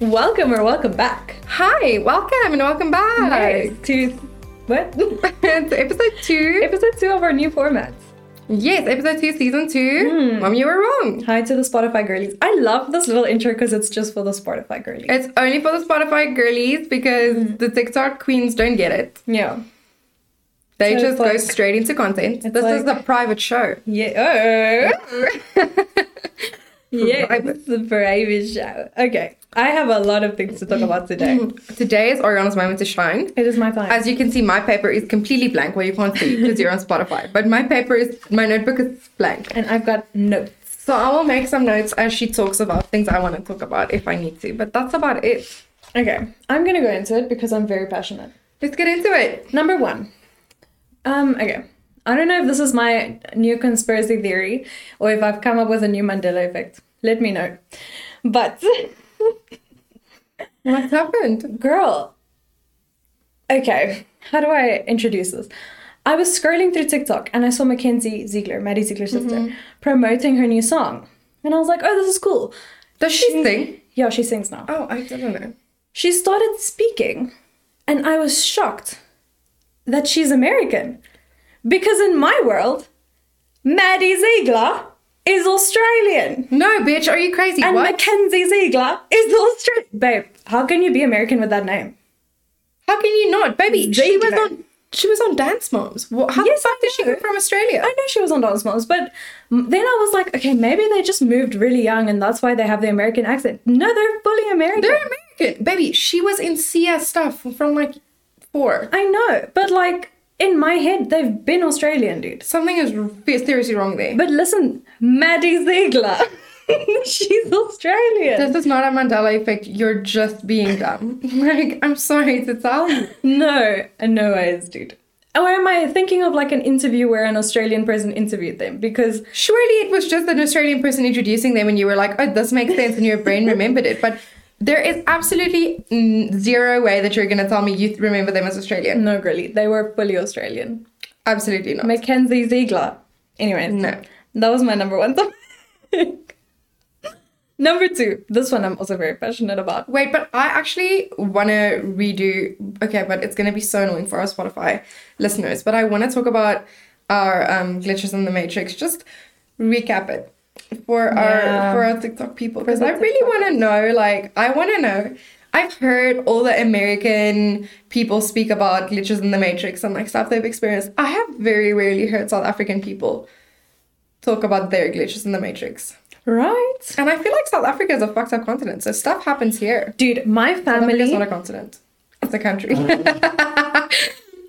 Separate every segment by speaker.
Speaker 1: Welcome or welcome back.
Speaker 2: Hi, welcome and welcome back.
Speaker 1: To what?
Speaker 2: it's episode two.
Speaker 1: Episode two of our new formats.
Speaker 2: Yes, episode two, season two.
Speaker 1: Mm.
Speaker 2: Mom, you were wrong.
Speaker 1: Hi to the Spotify girlies. I love this little intro because it's just for the Spotify girlies.
Speaker 2: It's only for the Spotify girlies because
Speaker 1: Hmm.
Speaker 2: the TikTok queens don't get it.
Speaker 1: yeah.
Speaker 2: They
Speaker 1: So it's
Speaker 2: just go
Speaker 1: like-
Speaker 2: straight into content.
Speaker 1: It's
Speaker 2: This is
Speaker 1: like-
Speaker 2: a private show.
Speaker 1: Yeah. Oh. Yeah.
Speaker 2: Private.
Speaker 1: The private show. Okay. I have a lot of things to talk about today.
Speaker 2: Today is Oriana's moment to shine.
Speaker 1: It is my time.
Speaker 2: As you can see, my paper is completely blank. Well, you can't see because you're on Spotify, but my paper is my notebook is blank.
Speaker 1: and I've got notes.
Speaker 2: So I will make some notes as she talks about things I want to talk about if I need to. But that's about it.
Speaker 1: Okay. I'm going to go into it because I'm very passionate.
Speaker 2: Let's get into it.
Speaker 1: Number one. Um, okay. I don't know if this is my new conspiracy theory or if I've come up with a new Mandela effect. Let me know. But,
Speaker 2: What happened?
Speaker 1: girl. Okay. How do I introduce this? I was scrolling through TikTok and I saw Mackenzie Ziegler, Maddie Ziegler's sister,
Speaker 2: Mm-hmm.
Speaker 1: promoting her new song. And I was like, oh, this is cool.
Speaker 2: Does she sing?
Speaker 1: Yeah, she sings now.
Speaker 2: Oh, I don't know.
Speaker 1: She started speaking, and I was shocked that she's American. Because in my world, Maddie Ziegler is Australian,
Speaker 2: No, bitch, are you crazy?
Speaker 1: and
Speaker 2: what?
Speaker 1: Mackenzie Ziegler is Australian. Babe, how can you be American with that name?
Speaker 2: How can you not, baby? She was
Speaker 1: Ziegler.
Speaker 2: on. She was on Dance Moms. What, how
Speaker 1: Yes,
Speaker 2: the fuck
Speaker 1: I
Speaker 2: did she
Speaker 1: know.
Speaker 2: go from Australia?
Speaker 1: I know she was on Dance Moms, but m- then I was like, okay, maybe they just moved really young, and that's why they have the American accent. No, they're fully American.
Speaker 2: They're American, baby. She was in Sia stuff from like four.
Speaker 1: I know, but like in my head, they've been Australian, dude.
Speaker 2: Something is r- seriously wrong there.
Speaker 1: But listen, Maddie Ziegler. She's Australian.
Speaker 2: This is not a Mandela effect. You're just being dumb. like, I'm sorry to tell you.
Speaker 1: No, no ways, dude. Or am I thinking of like an interview where an Australian person interviewed them? Because
Speaker 2: Surely it was just an Australian person introducing them, and you were like, "Oh, this makes sense," and your brain remembered it. But there is absolutely mm, zero way that you're gonna tell me you th- remember them as Australian.
Speaker 1: no, girly, they were fully Australian.
Speaker 2: Absolutely not.
Speaker 1: Mackenzie Ziegler. Anyway,
Speaker 2: No.
Speaker 1: that was my number one topic. number two, this one I'm also very passionate about.
Speaker 2: Wait, but I actually want to redo. Okay, but it's going to be so annoying for our Spotify listeners. But I want to talk about our um, glitches in the matrix. Just recap it for
Speaker 1: Yeah.
Speaker 2: our for our TikTok people because
Speaker 1: the
Speaker 2: I really want to know. Like, I want to know. I've heard all the American people speak about glitches in the matrix and like stuff they've experienced. I have very rarely heard South African people talk about their glitches in the matrix.
Speaker 1: Right?
Speaker 2: And I feel like South Africa is a fucked up continent, so stuff happens here.
Speaker 1: Dude, my
Speaker 2: It's
Speaker 1: family
Speaker 2: not a continent. It's a country.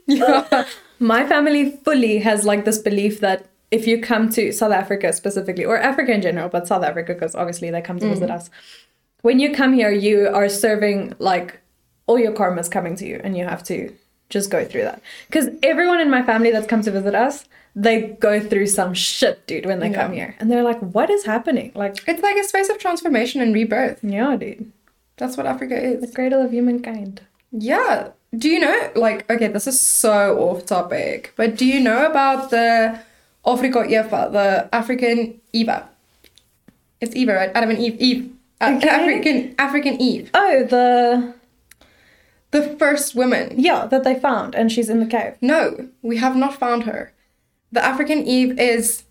Speaker 2: yeah.
Speaker 1: My family fully has like this belief that if you come to South Africa specifically, or Africa in general, but South Africa, because obviously they come to visit
Speaker 2: Mm.
Speaker 1: us, when you come here, you are serving like all your karma's coming to you, and you have to just go through that. Because everyone in my family that's come to visit us, they go through some shit, dude, when they come here. And they're like, what is happening? Like,
Speaker 2: It's like a space of transformation and rebirth.
Speaker 1: yeah, dude,
Speaker 2: That's what Africa is.
Speaker 1: cradle of humankind.
Speaker 2: Yeah. Do you know, like, okay, this is so off topic, but do you know about the Africa Eva, the African Eva? It's Eva, right? Adam and Eve. Eve. Uh,
Speaker 1: Okay.
Speaker 2: African African Eve.
Speaker 1: Oh, the,
Speaker 2: The first woman.
Speaker 1: yeah, that they found, and she's in the cave.
Speaker 2: No, we have not found her. The African Eve is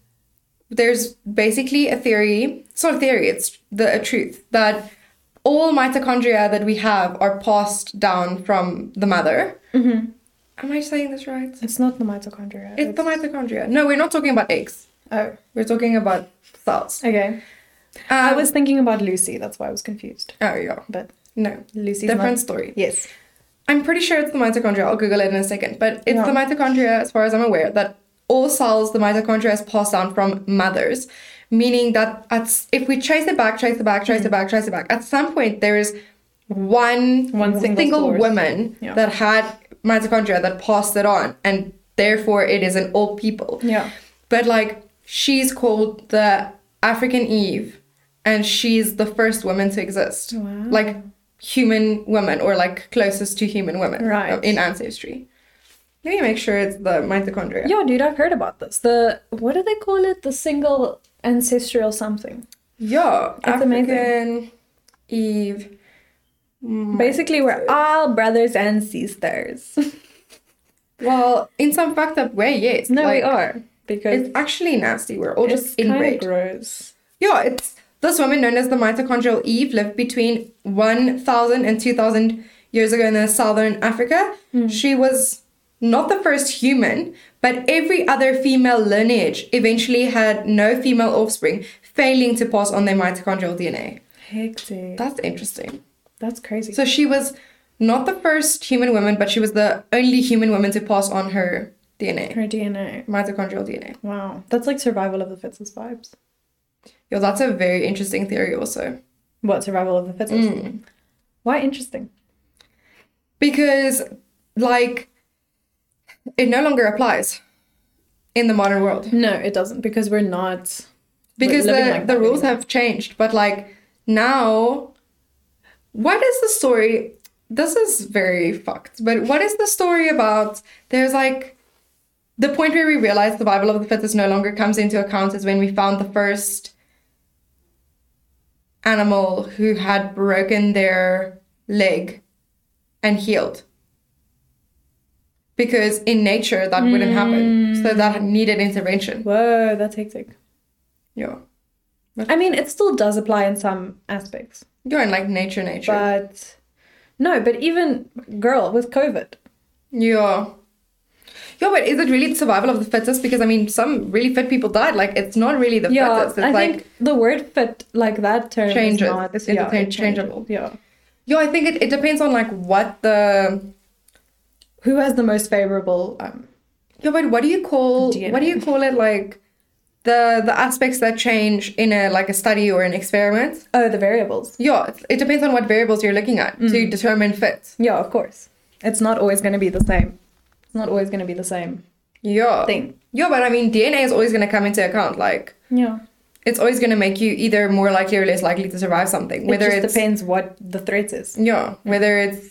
Speaker 2: there's basically a theory, it's not a theory, it's the a truth that all mitochondria that we have are passed down from the mother.
Speaker 1: Mm-hmm.
Speaker 2: Am I saying this right?
Speaker 1: It's not the mitochondria.
Speaker 2: It's the mitochondria. No, we're not talking about eggs.
Speaker 1: oh,
Speaker 2: We're talking about cells. Um,
Speaker 1: okay. I was thinking about Lucy. That's why I was confused.
Speaker 2: Oh yeah.
Speaker 1: But
Speaker 2: No.
Speaker 1: Lucy's
Speaker 2: Different
Speaker 1: not-
Speaker 2: story.
Speaker 1: Yes.
Speaker 2: I'm pretty sure it's the mitochondria. I'll Google it in a second. But it's
Speaker 1: Yeah.
Speaker 2: the mitochondria, as far as I'm aware, that all cells, the mitochondria is passed down from mothers, meaning that at, s- if we trace it back, trace it back, trace it
Speaker 1: Hmm.
Speaker 2: back, trace it back, at some point there is one,
Speaker 1: One single source.
Speaker 2: woman
Speaker 1: Yeah.
Speaker 2: that had mitochondria that passed it on, and therefore it is in all people.
Speaker 1: Yeah.
Speaker 2: But like she's called the African Eve, and she's the first woman to exist.
Speaker 1: Wow.
Speaker 2: Like human woman, or like closest to human women
Speaker 1: Right.
Speaker 2: uh, in ancestry. Let me make sure it's the mitochondria.
Speaker 1: Yeah, dude, I've heard about this. The what do they call it? The single ancestral something.
Speaker 2: Yeah,
Speaker 1: It's amazing.
Speaker 2: African Eve
Speaker 1: Basically, we're all brothers and sisters.
Speaker 2: Well, in some fucked up way, yes.
Speaker 1: No, we
Speaker 2: Like,
Speaker 1: are because
Speaker 2: It's actually nasty. We're all
Speaker 1: it's
Speaker 2: just
Speaker 1: kind of
Speaker 2: inbred.
Speaker 1: gross.
Speaker 2: Yeah, it's this woman known as the mitochondrial Eve lived between 1,000 and 2,000 years ago in the southern Africa. She was not the first human, but every other female lineage eventually had no female offspring, failing to pass on their mitochondrial DNA.
Speaker 1: Hectic.
Speaker 2: That's interesting.
Speaker 1: That's crazy.
Speaker 2: So she was not the first human woman, but she was the only human woman to pass on her DNA,
Speaker 1: Her DNA.
Speaker 2: mitochondrial DNA.
Speaker 1: Wow, that's like survival of the fittest vibes.
Speaker 2: Yo, that's a very interesting theory, also.
Speaker 1: What survival of the fittest? Why interesting?
Speaker 2: because like it no longer applies in the modern world
Speaker 1: No, it doesn't because we're not. we're
Speaker 2: because the,
Speaker 1: living like
Speaker 2: the
Speaker 1: that
Speaker 2: rules
Speaker 1: anymore.
Speaker 2: have changed but like now what is the story this is very fucked but what is the story about there's like the point where we realize the bible of the fittest no longer comes into account is when we found the first animal who had broken their leg and healed because in nature that wouldn't happen so
Speaker 1: Mm.
Speaker 2: that needed intervention
Speaker 1: Whoa, that's hectic.
Speaker 2: yeah
Speaker 1: I mean, it still does apply in some aspects,
Speaker 2: You're in like nature, nature.
Speaker 1: but no. But even girl with COVID,
Speaker 2: yeah. Yeah, but is it really survival of the fittest? Because I mean, some really fit people died. Like, it's not really the
Speaker 1: yeah,
Speaker 2: fittest. It's
Speaker 1: I
Speaker 2: like,
Speaker 1: think the word "fit" like that term
Speaker 2: Changes.
Speaker 1: is not
Speaker 2: It's
Speaker 1: yeah, it
Speaker 2: interchangeable.
Speaker 1: changes, Yeah,
Speaker 2: yeah, I think it, it depends on like what the.
Speaker 1: who has the most favorable? Um,
Speaker 2: Yeah, but what do you call
Speaker 1: DNA.
Speaker 2: what do you call it? Like, the the aspects that change in a like a study or an experiment.
Speaker 1: oh, the variables.
Speaker 2: Yeah, it, it depends on what variables you're looking at
Speaker 1: Mm.
Speaker 2: to determine fit.
Speaker 1: Yeah, of course. It's not always going to be the same. It's not always going to be the same
Speaker 2: Yeah.
Speaker 1: thing.
Speaker 2: Yeah, but I mean, DNA is always going to come into account. Like,
Speaker 1: Yeah.
Speaker 2: it's always going to make you either more likely or less likely to survive something. Whether
Speaker 1: it just
Speaker 2: it's
Speaker 1: depends what the threat is.
Speaker 2: Yeah, whether it's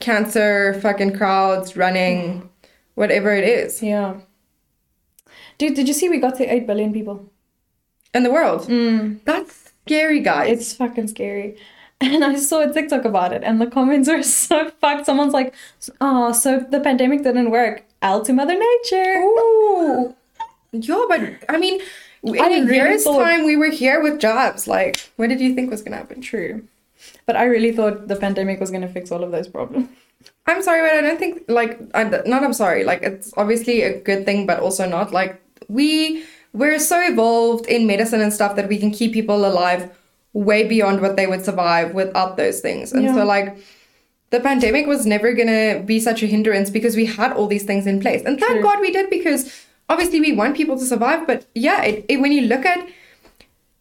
Speaker 2: cancer, fucking crowds, running, whatever it is
Speaker 1: Yeah. Dude, did you see we got to 8 billion people?
Speaker 2: in the world. That's scary, guys.
Speaker 1: It's fucking scary. And I saw a TikTok about it, and the comments were so fucked. Someone's like, oh, so the pandemic didn't work. Out to Mother Nature.
Speaker 2: Ooh. yeah, but I mean, in
Speaker 1: I
Speaker 2: a
Speaker 1: really
Speaker 2: year's
Speaker 1: thought-
Speaker 2: time, we were here with jobs. Like, what did you think was going to happen?
Speaker 1: True. But I really thought the pandemic was going to fix all of those problems.
Speaker 2: I'm sorry, but I don't think, like, I, not I'm sorry. Like, it's obviously a good thing, but also not. Like, we, we're so evolved in medicine and stuff that we can keep people alive way beyond what they would survive without those things. And
Speaker 1: Yeah.
Speaker 2: so, like, the pandemic was never gonna be such a hindrance because we had all these things in place. And thank
Speaker 1: True.
Speaker 2: God we did because obviously we want people to survive. But yeah, it, it, when you look at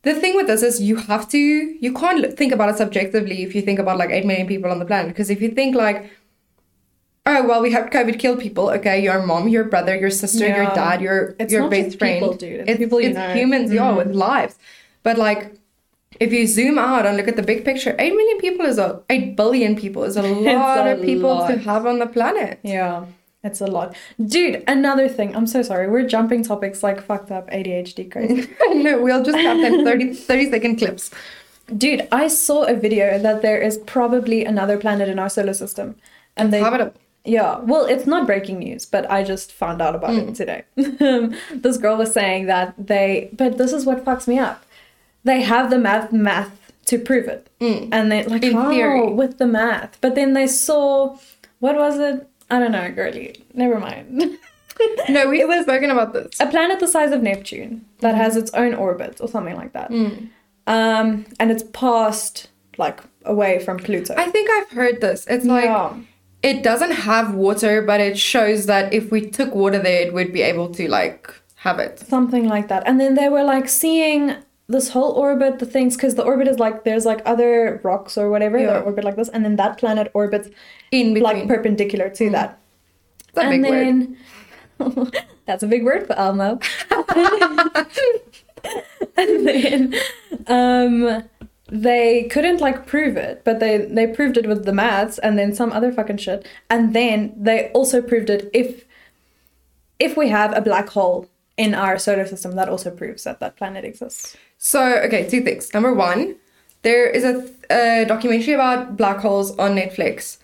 Speaker 2: the thing with this is you have to, you can't look- think about it subjectively if you think about like 8 million people on the planet. Because if you think like, oh, well, we have COVID kill people, okay, your mom, your brother, your sister, your
Speaker 1: Yeah.
Speaker 2: dad, your,
Speaker 1: It's
Speaker 2: your
Speaker 1: not
Speaker 2: best
Speaker 1: just
Speaker 2: friend.
Speaker 1: people, dude. It's people you know. Mm-hmm.
Speaker 2: humans, yeah, with lives. But like, if you zoom out and look at the big picture, 8 million people is a 8 billion people is a lot
Speaker 1: a
Speaker 2: of people to
Speaker 1: lot.
Speaker 2: have on the planet.
Speaker 1: Yeah, it's a lot. Dude, another thing. I'm so sorry. We're jumping topics like fucked up ADHD crazy.
Speaker 2: no, we'll just have them 30, 30 second clips.
Speaker 1: Dude, I saw a video that there is probably another planet in our solar system. And they
Speaker 2: Habitable.
Speaker 1: Yeah, well, it's not breaking news, but I just found out about
Speaker 2: Hmm.
Speaker 1: it today. this girl was saying that they but this is what fucks me up. They have the math math to prove it. And they like
Speaker 2: Hmm. In
Speaker 1: how
Speaker 2: theory.
Speaker 1: with the math. But then they saw what was it? I don't know, girly. Never mind.
Speaker 2: No, we've spoken about this.
Speaker 1: a planet the size of Neptune that has its own orbit or something like that.
Speaker 2: Hmm.
Speaker 1: Um, and it's passed like away from Pluto.
Speaker 2: I think I've heard this. It's like
Speaker 1: Yeah.
Speaker 2: it doesn't have water, but it shows that if we took water there, it would be able to like have it.
Speaker 1: something like that. And then they were like seeing this whole orbit, the things, because the orbit is like there's like other rocks or whatever
Speaker 2: Yeah.
Speaker 1: that orbit like this, and then that planet orbits
Speaker 2: In between. Hmm.
Speaker 1: like perpendicular to that.
Speaker 2: It's a
Speaker 1: and
Speaker 2: big word.
Speaker 1: then that's a big word for Elmo. and then um, they couldn't like prove it, but they they proved it with the maths and then some other fucking shit. And then they also proved it if if we have a black hole in our solar system, that also proves that that planet exists.
Speaker 2: So, okay, two things. Number one, There is a, a documentary about black holes on Netflix.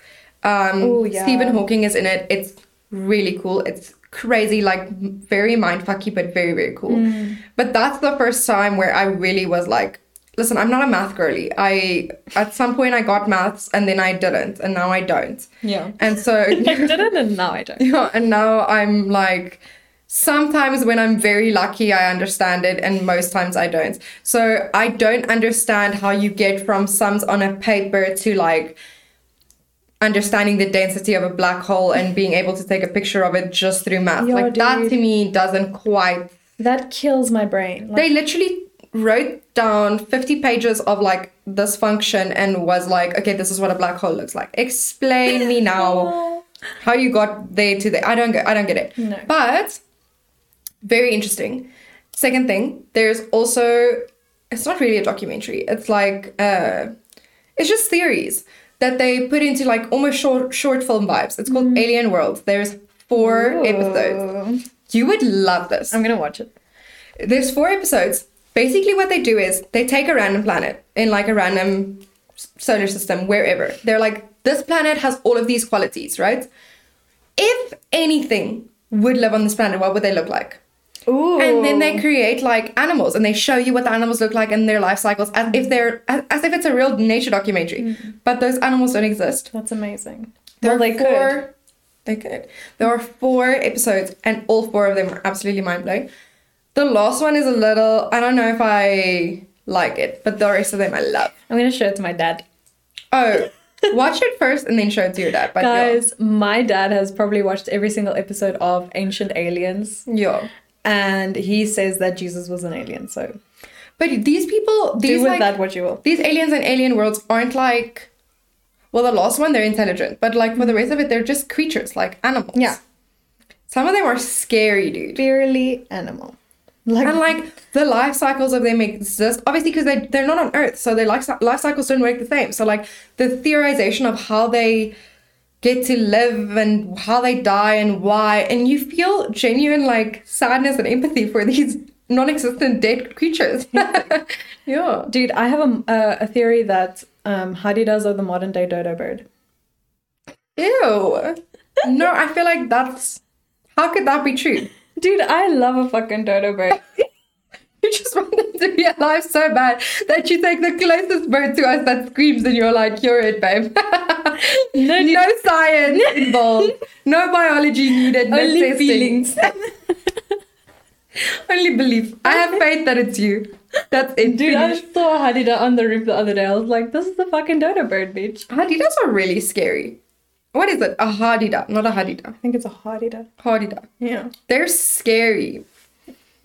Speaker 2: Um,
Speaker 1: Ooh, Oh, yeah.
Speaker 2: Stephen Hawking is in it. It's really cool. It's crazy, like m- very mindfucky, but very very cool.
Speaker 1: Hmm.
Speaker 2: But that's the first time where I really was like, listen, I'm not a math girly. I at some point I got maths and then I didn't, and now I don't.
Speaker 1: Yeah.
Speaker 2: And so
Speaker 1: I didn't and now I don't.
Speaker 2: yeah, and now I'm like, sometimes when I'm very lucky, I understand it, and most times I don't. So I don't understand how you get from sums on a paper to like understanding the density of a black hole and being able to take a picture of it just through math.
Speaker 1: Yeah,
Speaker 2: like that
Speaker 1: dude.
Speaker 2: to me doesn't quite.
Speaker 1: That kills my brain. Like,
Speaker 2: They literally wrote down 50 pages of like this function and was like, okay, this is what a black hole looks like. Explain me now
Speaker 1: oh,
Speaker 2: how you got there to there. I don't get I don't get it.
Speaker 1: No.
Speaker 2: But very interesting. Second thing, there's also it's not really a documentary. It's like uh it's just theories that they put into like almost short short film vibes. It's called Alien World. There's four episodes.
Speaker 1: episodes.
Speaker 2: You would love this.
Speaker 1: I'm gonna watch it.
Speaker 2: There's four episodes. Basically, what they do is they take a random planet in like a random s- solar system, wherever. They're like, this planet has all of these qualities, right? If anything would live on this planet, what would they look like?
Speaker 1: Ooh.
Speaker 2: And then they create like animals and they show you what the animals look like and their life cycles as if they're as, as if it's a real nature documentary. But those animals don't exist.
Speaker 1: That's amazing. well,
Speaker 2: There
Speaker 1: they
Speaker 2: are
Speaker 1: could.
Speaker 2: four, They could. There are four episodes, and all four of them are absolutely mind blowing. The last one is a little. I don't know if I like it, but the rest of them I love.
Speaker 1: I'm gonna show it to my dad.
Speaker 2: Oh, watch it first and then show it to your dad. But yeah,
Speaker 1: Guys, my dad has probably watched every single episode of Ancient Aliens,
Speaker 2: yeah.
Speaker 1: and he says that Jesus was an alien. So
Speaker 2: But these people,
Speaker 1: do
Speaker 2: these
Speaker 1: with
Speaker 2: like,
Speaker 1: that what you will.
Speaker 2: these aliens and alien worlds aren't like. Well, the last one they're intelligent, but like for the rest of it, they're just creatures like animals.
Speaker 1: Yeah.
Speaker 2: Some of them are scary, dude.
Speaker 1: Barely animal. Like,
Speaker 2: and like the life cycles of them exist obviously because they, they're not on earth so their life, life cycles don't work the same so like the theorization of how they get to live and how they die and why and you feel genuine like sadness and empathy for these non-existent dead creatures yeah
Speaker 1: dude, I have a, a, a theory that um, hadidas are the modern day dodo bird.
Speaker 2: ew no i feel like that's how could that be true
Speaker 1: Dude, I love a fucking dodo bird.
Speaker 2: you just want them to be alive so bad that you take the closest bird to us that screams and you're like, you're it, babe.
Speaker 1: No,
Speaker 2: no science involved. No biology needed. No
Speaker 1: Only
Speaker 2: testing.
Speaker 1: feelings.
Speaker 2: Only belief. I have faith that it's you. That's it.
Speaker 1: Dude, I
Speaker 2: Finish.
Speaker 1: saw a hadida on the roof the other day. I was like, this is the fucking dodo bird, bitch.
Speaker 2: Hadidas are really scary. What is it? A hadida, not a hadida.
Speaker 1: I think it's a hadida.
Speaker 2: Hadida.
Speaker 1: Yeah.
Speaker 2: They're scary.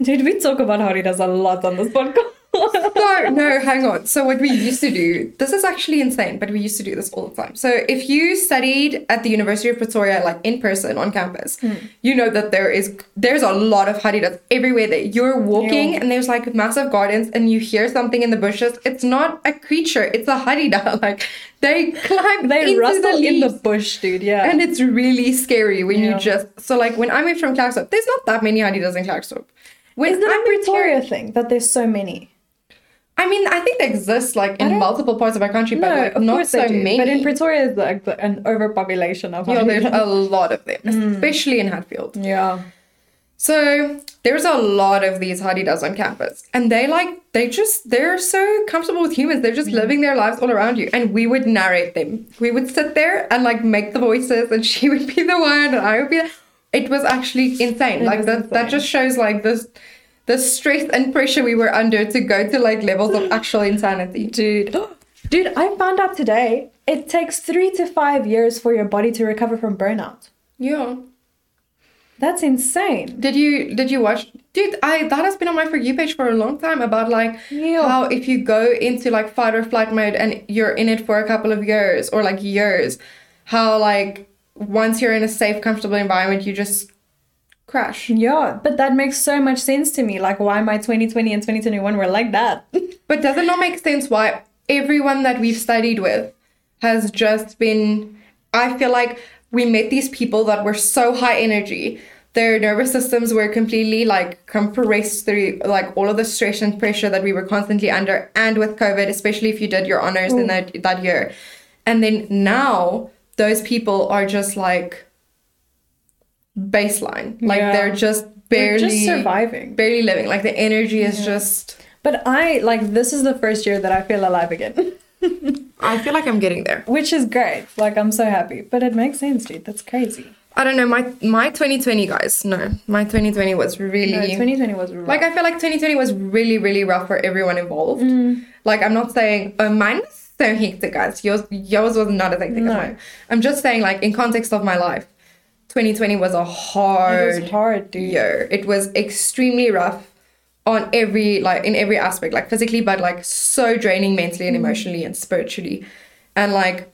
Speaker 1: Dude, we talk about hadidas a lot on this podcast.
Speaker 2: So, no, hang on. So, what we used to do, this is actually insane, but we used to do this all the time. So, if you studied at the University of Pretoria, like in person on campus,
Speaker 1: Hmm.
Speaker 2: you know that there is there's a lot of hadidas everywhere there. You're walking
Speaker 1: Yeah.
Speaker 2: and there's like massive gardens, and you hear something in the bushes. It's not a creature; it's a hadida. Like they climb,
Speaker 1: they
Speaker 2: into
Speaker 1: rustle
Speaker 2: the
Speaker 1: in the
Speaker 2: leaves.
Speaker 1: bush, dude. Yeah.
Speaker 2: And it's really scary when you
Speaker 1: Yeah.
Speaker 2: just so like when I moved from Klerksdorp, there's not that many hadidas in Klerksdorp. When
Speaker 1: is it a
Speaker 2: I moved here-
Speaker 1: Pretoria thing that there's so many?
Speaker 2: I mean, I think they exist like in
Speaker 1: don't-
Speaker 2: multiple parts of our country, but like, not so many.
Speaker 1: But in Pretoria, there's like the- an overpopulation of
Speaker 2: you know, there's
Speaker 1: hadidas.
Speaker 2: a lot of them,
Speaker 1: Mm.
Speaker 2: especially in Hatfield.
Speaker 1: Yeah.
Speaker 2: So there's a lot of these hadidas on campus, and they like they just they're so comfortable with humans. They're just
Speaker 1: Mm.
Speaker 2: living their lives all around you, and we would narrate them. We would sit there and like make the voices, and she would be the one, and I would be. The... It was actually insane. like
Speaker 1: was
Speaker 2: that that
Speaker 1: insane.
Speaker 2: just shows like this the stress and pressure we were under to go to like levels of actual insanity.
Speaker 1: Dude. Dude, I found out today it takes three to five years for your body to recover from burnout.
Speaker 2: Yeah.
Speaker 1: That's insane.
Speaker 2: Did you did you watch dude I that has been on my for you page for a long time about like
Speaker 1: Yeah.
Speaker 2: how if you go into like fight or flight mode and you're in it for a couple of years or like years, how like once you're in a safe, comfortable environment you just crash.
Speaker 1: Yeah, but that makes so much sense to me. Like, why my 2020 and 2021 were like that?
Speaker 2: But does it not make sense why everyone that we've studied with has just been? I feel like we met these people that were so high energy Their nervous systems were completely like compressed through like all of the stress and pressure that we were constantly under, and with COVID, especially if you did your honors in that that year. And then now those people are just like baseline, like
Speaker 1: Yeah.
Speaker 2: they're just
Speaker 1: They're
Speaker 2: barely
Speaker 1: just surviving.
Speaker 2: barely living. Like the energy is just.
Speaker 1: But I like this is the first year that I feel alive again,
Speaker 2: I feel like I'm getting there.
Speaker 1: which is great. Like I'm so happy. But it makes sense, dude. That's crazy.
Speaker 2: I don't know my my 2020 guys. No, my 2020 was really
Speaker 1: No, 2020 was rough.
Speaker 2: like I feel like 2020 was really really rough for everyone involved.
Speaker 1: Mm.
Speaker 2: Like I'm not saying oh mine was so hectic guys. Yours yours was not as hectic
Speaker 1: No.
Speaker 2: as mine. I'm just saying like in context of my life, 2020 was a hard
Speaker 1: it was hard, dude.
Speaker 2: year. It was extremely rough on every like in every aspect, like physically, but like so draining mentally
Speaker 1: Mm.
Speaker 2: and emotionally and spiritually. And like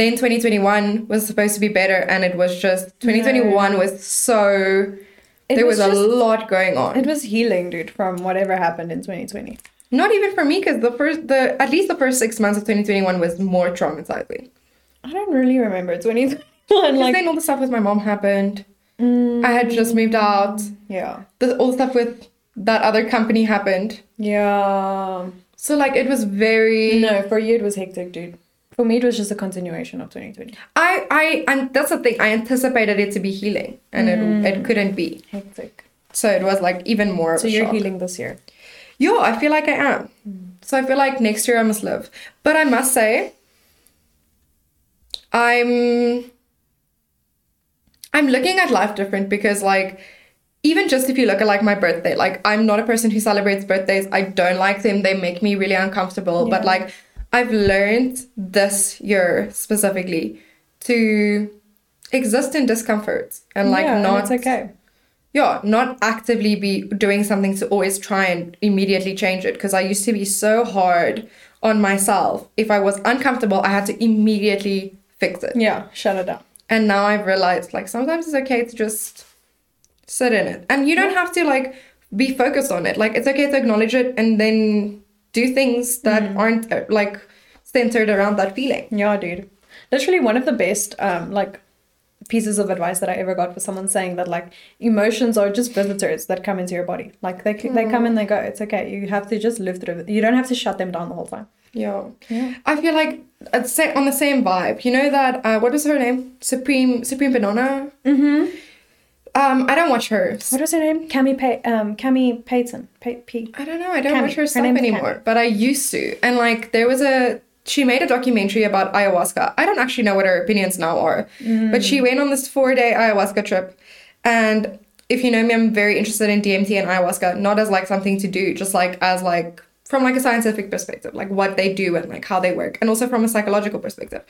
Speaker 2: then 2021 was supposed to be better, and it was just 2021 was so
Speaker 1: It
Speaker 2: there
Speaker 1: was
Speaker 2: was,
Speaker 1: just-
Speaker 2: a lot going on.
Speaker 1: It was healing, dude, from whatever happened in 2020.
Speaker 2: Not even for me, because the first the at least the first six months of 2021 was more traumatizing.
Speaker 1: I don't really remember 2021.
Speaker 2: Because
Speaker 1: Like,
Speaker 2: then all the stuff with my mom happened.
Speaker 1: Mm,
Speaker 2: I had just moved out.
Speaker 1: yeah,
Speaker 2: The, all the stuff with that other company happened.
Speaker 1: yeah.
Speaker 2: So like it was very
Speaker 1: No, for you it was hectic, dude. For me, it was just a continuation of 2020.
Speaker 2: I I and that's the thing. I anticipated it to be healing, and it it couldn't be.
Speaker 1: Hectic.
Speaker 2: So it was like even more. Of
Speaker 1: Mm. So
Speaker 2: a
Speaker 1: you're
Speaker 2: shock.
Speaker 1: healing this year.
Speaker 2: Yeah, I feel like I am.
Speaker 1: Hmm.
Speaker 2: So I feel like next year I must live. But I must say, I'm I'm looking at life different because like even just if you look at like my birthday, like I'm not a person who celebrates birthdays. I don't like them. They make me really uncomfortable. But
Speaker 1: Yeah.
Speaker 2: like I've learned this year specifically to exist in discomfort and like
Speaker 1: yeah, and
Speaker 2: not
Speaker 1: it's okay.
Speaker 2: yeah, not actively be doing something to always try and immediately change it because I used to be so hard on myself. If I was uncomfortable, I had to immediately fix it.
Speaker 1: Yeah, shut it down.
Speaker 2: And now I've realized like sometimes it's okay to just sit in it. And you don't have to like be focused on it. Like it's okay to acknowledge it and then do things that aren't uh, like centered around that feeling.
Speaker 1: Yeah, dude. Literally one of the best um like pieces of advice that I ever got was someone saying that like emotions are just visitors that come into your body. Like they c they
Speaker 2: Mm-hmm.
Speaker 1: come and they go. It's okay. You have to just live through it. You don't have to shut them down the whole time.
Speaker 2: Yeah. I feel like it's sa- on the same vibe. You know that uh, what was her name? Supreme Supreme Banana.
Speaker 1: Mm-hmm.
Speaker 2: Um, I don't watch her.
Speaker 1: What was her name? Cami pa- um Cami Payton. Pa- P.
Speaker 2: I don't know. I don't
Speaker 1: Cami.
Speaker 2: watch her
Speaker 1: Her
Speaker 2: stuff
Speaker 1: name's
Speaker 2: anymore, but I used to. And like, there was a she made a documentary about ayahuasca. I don't actually know what her opinions now are, but
Speaker 1: Mm.
Speaker 2: she went on this four day ayahuasca trip. And if you know me, I'm very interested in DMT and ayahuasca, not as like something to do, just like as like from like a scientific perspective, like what they do and like how they work, and also from a psychological perspective.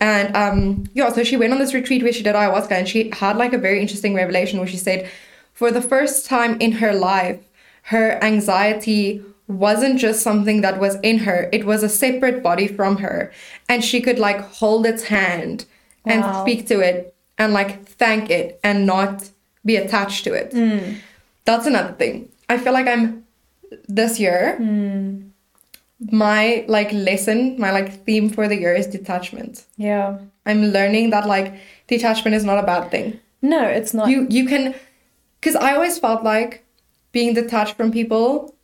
Speaker 2: And um, yeah, so she went on this retreat where she did ayahuasca, and she had like a very interesting revelation where she said, for the first time in her life, her anxiety wasn't just something that was in her it was a separate body from her and she could like hold its hand and
Speaker 1: Wow.
Speaker 2: speak to it and like thank it and not be attached to it that's another thing i feel like i'm this year my like lesson my like theme for the year is detachment
Speaker 1: Yeah.
Speaker 2: i'm learning that like detachment is not a bad thing
Speaker 1: No, it's not.
Speaker 2: you you can because i always felt like being detached from people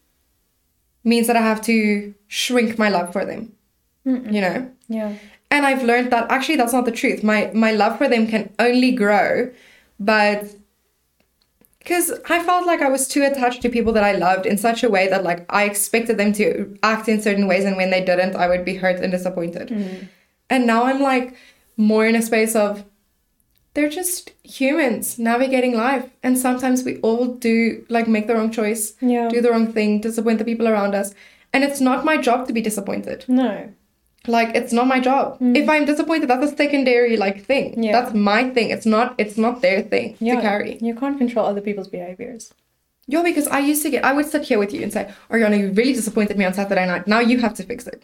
Speaker 2: means that i have to shrink my love for them you know
Speaker 1: yeah.
Speaker 2: and i've learned that actually that's not the truth my my love for them can only grow but because i felt like i was too attached to people that i loved in such a way that like i expected them to act in certain ways and when they didn't i would be hurt and disappointed and now i'm like more in a space of they're just humans navigating life and sometimes we all do like make the wrong choice
Speaker 1: Yeah.
Speaker 2: do the wrong thing disappoint the people around us and it's not my job to be disappointed
Speaker 1: No.
Speaker 2: like it's not my job if i'm disappointed that's a secondary like thing
Speaker 1: Hmm. Yeah.
Speaker 2: that's my thing it's not it's not their thing
Speaker 1: Yeah.
Speaker 2: to carry
Speaker 1: You can't control other people's behaviors.
Speaker 2: yeah because i used to get i would sit here with you and say ariana you really disappointed me on saturday night now you have to fix it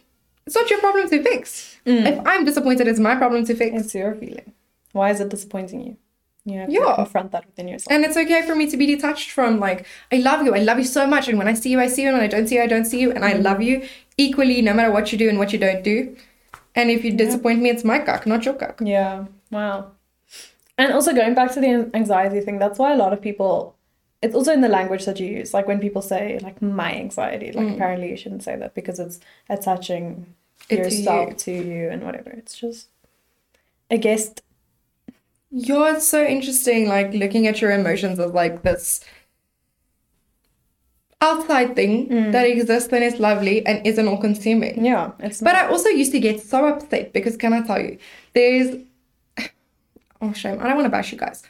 Speaker 2: it's not your problem to fix
Speaker 1: Hmm.
Speaker 2: if i'm disappointed it's my problem to fix
Speaker 1: It's your feeling. Why is it disappointing you? You have to
Speaker 2: Yeah.
Speaker 1: confront that within yourself.
Speaker 2: and it's okay for me to be detached from like i love you i love you so much and when i see you i see you and when i don't see you i don't see you and i
Speaker 1: Hmm.
Speaker 2: love you equally no matter what you do and what you don't do and if you disappoint me it's my cock not your cock
Speaker 1: Yeah. Wow. And also going back to the an- anxiety thing, that's why a lot of people it's also in the language that you use. Like when people say like my anxiety, like apparently you shouldn't say that because it's attaching
Speaker 2: Mm. It to
Speaker 1: yourself
Speaker 2: you.
Speaker 1: to you and whatever. It's just I guess
Speaker 2: Yeah, it's so interesting, like looking at your emotions as like this outside thing that exists and is lovely and isn't all consuming.
Speaker 1: yeah, it's
Speaker 2: But
Speaker 1: not-
Speaker 2: I also used to get so upset because can I tell you, there's oh shame, I don't want to bash you guys.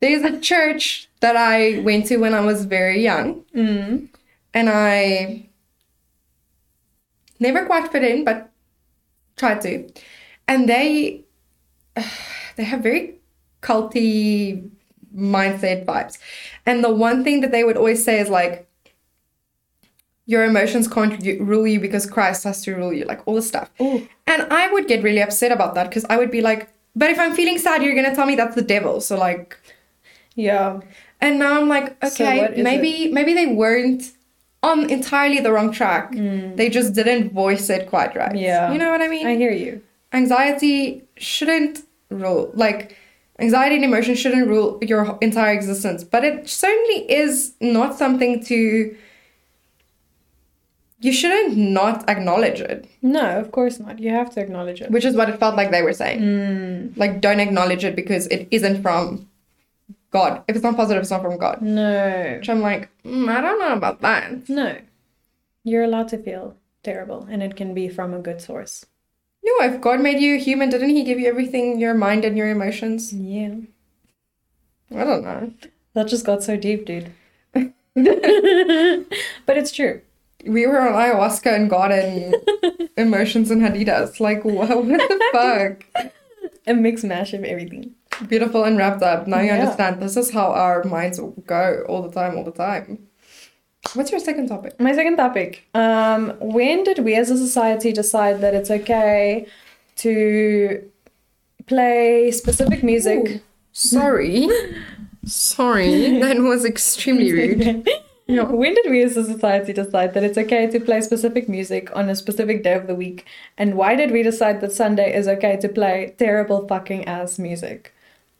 Speaker 2: There's a church that I went to when I was very young,
Speaker 1: Mm.
Speaker 2: and I never quite fit in, but tried to. And they they have very culty mindset vibes. And the one thing that they would always say is like, your emotions can't u- rule you because Christ has to rule you, like all this stuff.
Speaker 1: Ooh.
Speaker 2: And I would get really upset about that because I would be like, but if I'm feeling sad, you're gonna tell me that's the devil. So like,
Speaker 1: yeah.
Speaker 2: and now I'm like,
Speaker 1: So
Speaker 2: okay,
Speaker 1: what is
Speaker 2: maybe maybe they weren't on entirely the wrong track. They just didn't voice it quite right.
Speaker 1: Hmm. Yeah.
Speaker 2: you know what I mean
Speaker 1: I hear you.
Speaker 2: anxiety shouldn't rule like anxiety and emotion shouldn't rule your entire existence but it certainly is not something to you shouldn't not acknowledge it
Speaker 1: No, of course not. You have to acknowledge it.
Speaker 2: which is what it felt like they were saying
Speaker 1: Mm.
Speaker 2: like don't acknowledge it because it isn't from god if it's not positive it's not from god
Speaker 1: No.
Speaker 2: which i'm like mm, i don't know about that
Speaker 1: No. You're allowed to feel terrible and it can be from a good source.
Speaker 2: no if god made you human didn't he give you everything your mind and your emotions
Speaker 1: Yeah.
Speaker 2: i don't know
Speaker 1: That just got so deep, dude. but it's true.
Speaker 2: we were on ayahuasca and got in emotions and Adidas. Like, wha- what the
Speaker 1: A mix mash of everything.
Speaker 2: fuck? Beautiful and wrapped up. Now you
Speaker 1: Yeah.
Speaker 2: understand. This is how our minds go all the time, all the time. What's your second topic?
Speaker 1: My second topic. Um, when did we as a society decide that it's okay to play specific music?
Speaker 2: Sorry. Sorry. That was extremely rude. Yeah.
Speaker 1: When did we as a society decide that it's okay to play specific music on a specific day of the week? And why did we decide that Sunday is okay to play terrible fucking ass music?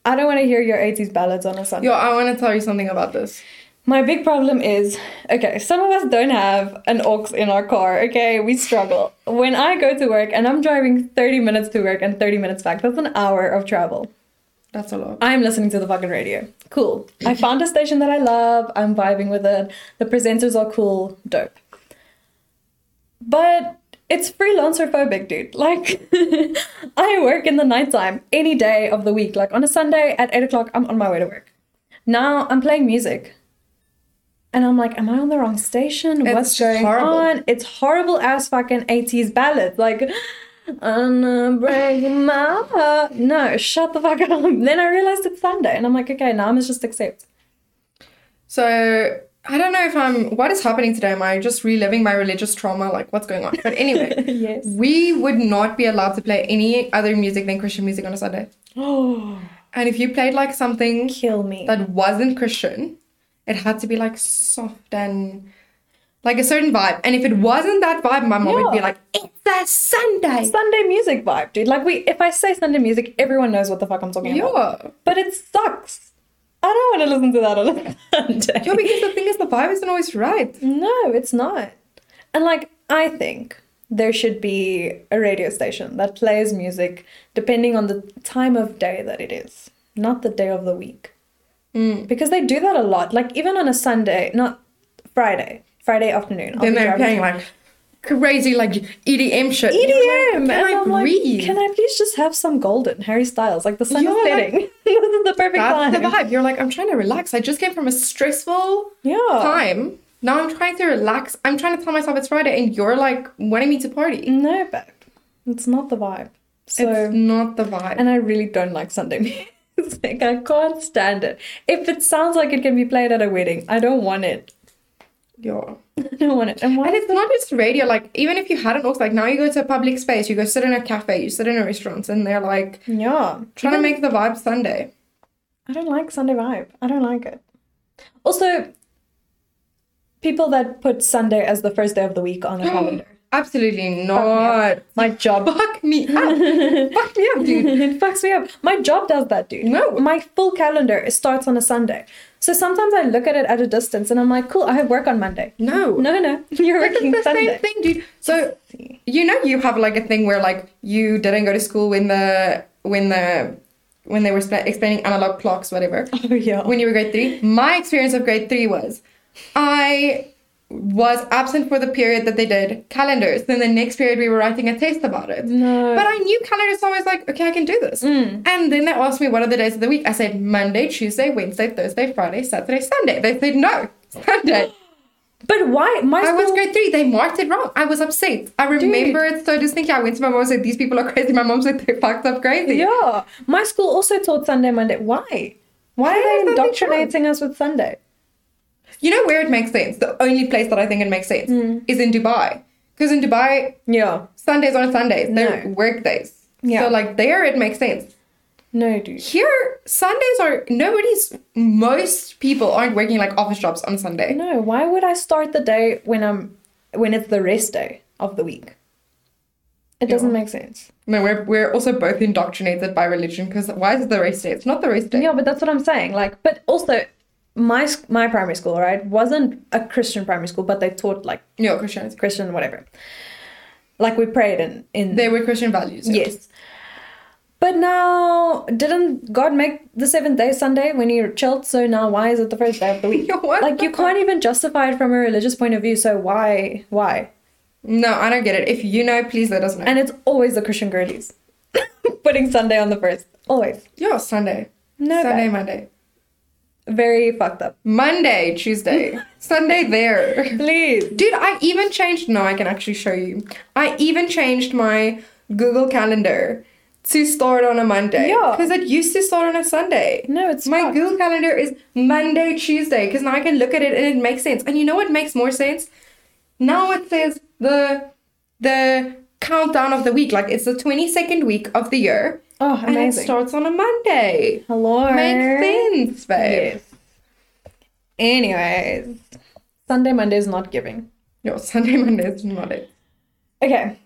Speaker 1: I don't want to hear your 80s ballads on a Sunday.
Speaker 2: Yo, I want to tell you something about this.
Speaker 1: My big problem is okay, some of us don't have an aux in our car, okay? We struggle. When I go to work and I'm driving 30 minutes to work and 30 minutes back, that's an hour of travel.
Speaker 2: That's a lot.
Speaker 1: I'm listening to the fucking radio. Cool. I found a station that I love, I'm vibing with it. The presenters are cool, dope. But it's freelancer phobic, dude. Like, I work in the nighttime any day of the week. Like, on a Sunday at 8 o'clock, I'm on my way to work. Now I'm playing music. And I'm like, am I on the wrong station?
Speaker 2: It's
Speaker 1: What's going
Speaker 2: horrible.
Speaker 1: on? It's horrible ass fucking 80s ballad. Like, I'm breaking my heart. No, shut the fuck up. Then I realized it's Sunday. And I'm like, okay, now I must just accept.
Speaker 2: So, I don't know if I'm. What is happening today? Am I just reliving my religious trauma? Like, what's going on? But anyway.
Speaker 1: Yes.
Speaker 2: We would not be allowed to play any other music than Christian music on a Sunday.
Speaker 1: Oh,
Speaker 2: And if you played like something
Speaker 1: kill me.
Speaker 2: that wasn't Christian, it had to be like soft and like a certain vibe. And if it wasn't that vibe, my mom would be
Speaker 1: Yeah.
Speaker 2: like, It's a Sunday.
Speaker 1: Sunday music vibe, dude. Like we, if I say Sunday music, everyone knows what the fuck I'm talking about.
Speaker 2: Yeah.
Speaker 1: But it sucks. I don't want to listen to that on a Sunday.
Speaker 2: Yeah, because the thing is the vibe isn't always right.
Speaker 1: No, it's not. And like, I think there should be a radio station that plays music depending on the time of day that it is, not the day of the week. Because they do that a lot. Like, even on a Sunday, not Friday, Friday afternoon. I'll
Speaker 2: Then
Speaker 1: be
Speaker 2: they're
Speaker 1: driving-
Speaker 2: playing like crazy like EDM shit. And you're
Speaker 1: EDM. E and
Speaker 2: Like, Can I
Speaker 1: I'm like,
Speaker 2: breathe?
Speaker 1: can I please just have some golden Harry Styles? Like the sun
Speaker 2: Yeah,
Speaker 1: is
Speaker 2: like-
Speaker 1: setting. this is the perfect
Speaker 2: That's
Speaker 1: time.
Speaker 2: the vibe. You're like, I'm trying to relax. I just came from a stressful
Speaker 1: Yeah.
Speaker 2: time. Now I'm trying to relax. I'm trying to tell myself it's Friday, and you're like wanting me to party.
Speaker 1: No, babe. It's not the vibe. So
Speaker 2: it's not the vibe.
Speaker 1: and I really don't like Sunday music. I can't stand it. If it sounds like it can be played at a wedding, I don't want it.
Speaker 2: Yeah.
Speaker 1: I don't want it. And why
Speaker 2: And it's not just radio. Like even if you had an aux, like now you go to a public space, you go sit in a cafe, you sit in a restaurant, and they're like
Speaker 1: yeah.
Speaker 2: trying to make the vibe Sunday.
Speaker 1: I don't like Sunday vibe. I don't like it. Also, people that put Sunday as the first day of the week on a calendar.
Speaker 2: Absolutely not.
Speaker 1: My job.
Speaker 2: Fuck me up. Fuck me up, dude.
Speaker 1: it fucks me up. My job does that, dude.
Speaker 2: No.
Speaker 1: My full calendar starts on a Sunday. So sometimes I look at it at a distance and I'm like, cool, I have work on Monday.
Speaker 2: No.
Speaker 1: No, no, you're
Speaker 2: But
Speaker 1: working
Speaker 2: it's the
Speaker 1: Sunday.
Speaker 2: same thing, dude. So you know you have like a thing where like you didn't go to school when the when the when they were spla- explaining analog clocks, whatever.
Speaker 1: Oh, yeah.
Speaker 2: When you were grade three, my experience of grade three was I was absent for the period that they did calendars. Then the next period we were writing a test about it.
Speaker 1: No. Mm.
Speaker 2: But I knew calendars, so I was like, okay, I can do this. And then they asked me what are the days of the week. I said Monday, Tuesday, Wednesday, Thursday, Friday, Saturday, Sunday. They said no, Sunday.
Speaker 1: but why? My
Speaker 2: I
Speaker 1: school,
Speaker 2: was grade three. They marked it wrong. I was upset. I remember it so distinctly. I went to my mom and said, These people are crazy. My mom said, They fucked up crazy.
Speaker 1: Yeah. My school also taught Sunday, Monday. Why? Why
Speaker 2: Why
Speaker 1: are
Speaker 2: is
Speaker 1: they
Speaker 2: that the
Speaker 1: indoctrinating us with Sunday?
Speaker 2: You know where it makes sense? The only place that I think it makes sense
Speaker 1: Mm.
Speaker 2: is in Dubai. Because in Dubai,
Speaker 1: Yeah.
Speaker 2: Sundays aren't Sundays, they're
Speaker 1: No.
Speaker 2: work days.
Speaker 1: Yeah.
Speaker 2: So, like, there it makes sense.
Speaker 1: No, dude.
Speaker 2: Here, Sundays are nobody's, most people aren't working like office jobs on Sunday.
Speaker 1: No, why would I start the day when I'm when it's the rest day of the week? It doesn't make sense.
Speaker 2: No, we're, we're also both indoctrinated by religion because why is it the race day? It's not the race day.
Speaker 1: Yeah, but that's what I'm saying. Like, but also my sc- my primary school, right, wasn't a Christian primary school, but they taught like
Speaker 2: Yeah, Christianity.
Speaker 1: Christian whatever. Like we prayed in in
Speaker 2: They were Christian values. yeah.
Speaker 1: yes. But now, didn't God make the seventh day Sunday when He chilled? So now, why is it the first day of the week?
Speaker 2: What
Speaker 1: like
Speaker 2: the
Speaker 1: you can't even justify it from a religious point of view. So why, why?
Speaker 2: No, I don't get it. If you know, please let us know.
Speaker 1: And it's always the Christian girlies putting Sunday on the first. Always.
Speaker 2: Yeah, Sunday.
Speaker 1: No,
Speaker 2: Sunday, Monday.
Speaker 1: Very fucked up.
Speaker 2: Monday, Tuesday. Sunday there.
Speaker 1: Please.
Speaker 2: Dude, I even changed no, I can actually show you. I even changed my Google Calendar to start on a Monday.
Speaker 1: Yeah.
Speaker 2: Because it used to start on a Sunday.
Speaker 1: No, it's
Speaker 2: my
Speaker 1: fucked.
Speaker 2: Google Calendar is Monday, Tuesday, because now I can look at it and it makes sense. And you know what makes more sense? Now it says the the countdown of the week. Like it's the 22nd week of the year.
Speaker 1: Oh,
Speaker 2: And it
Speaker 1: amazing.
Speaker 2: starts on a Monday.
Speaker 1: Hello.
Speaker 2: Makes sense, babe.
Speaker 1: Yes. Anyways, Sunday, Monday is not giving.
Speaker 2: No, Sunday, Monday is not it.
Speaker 1: Okay,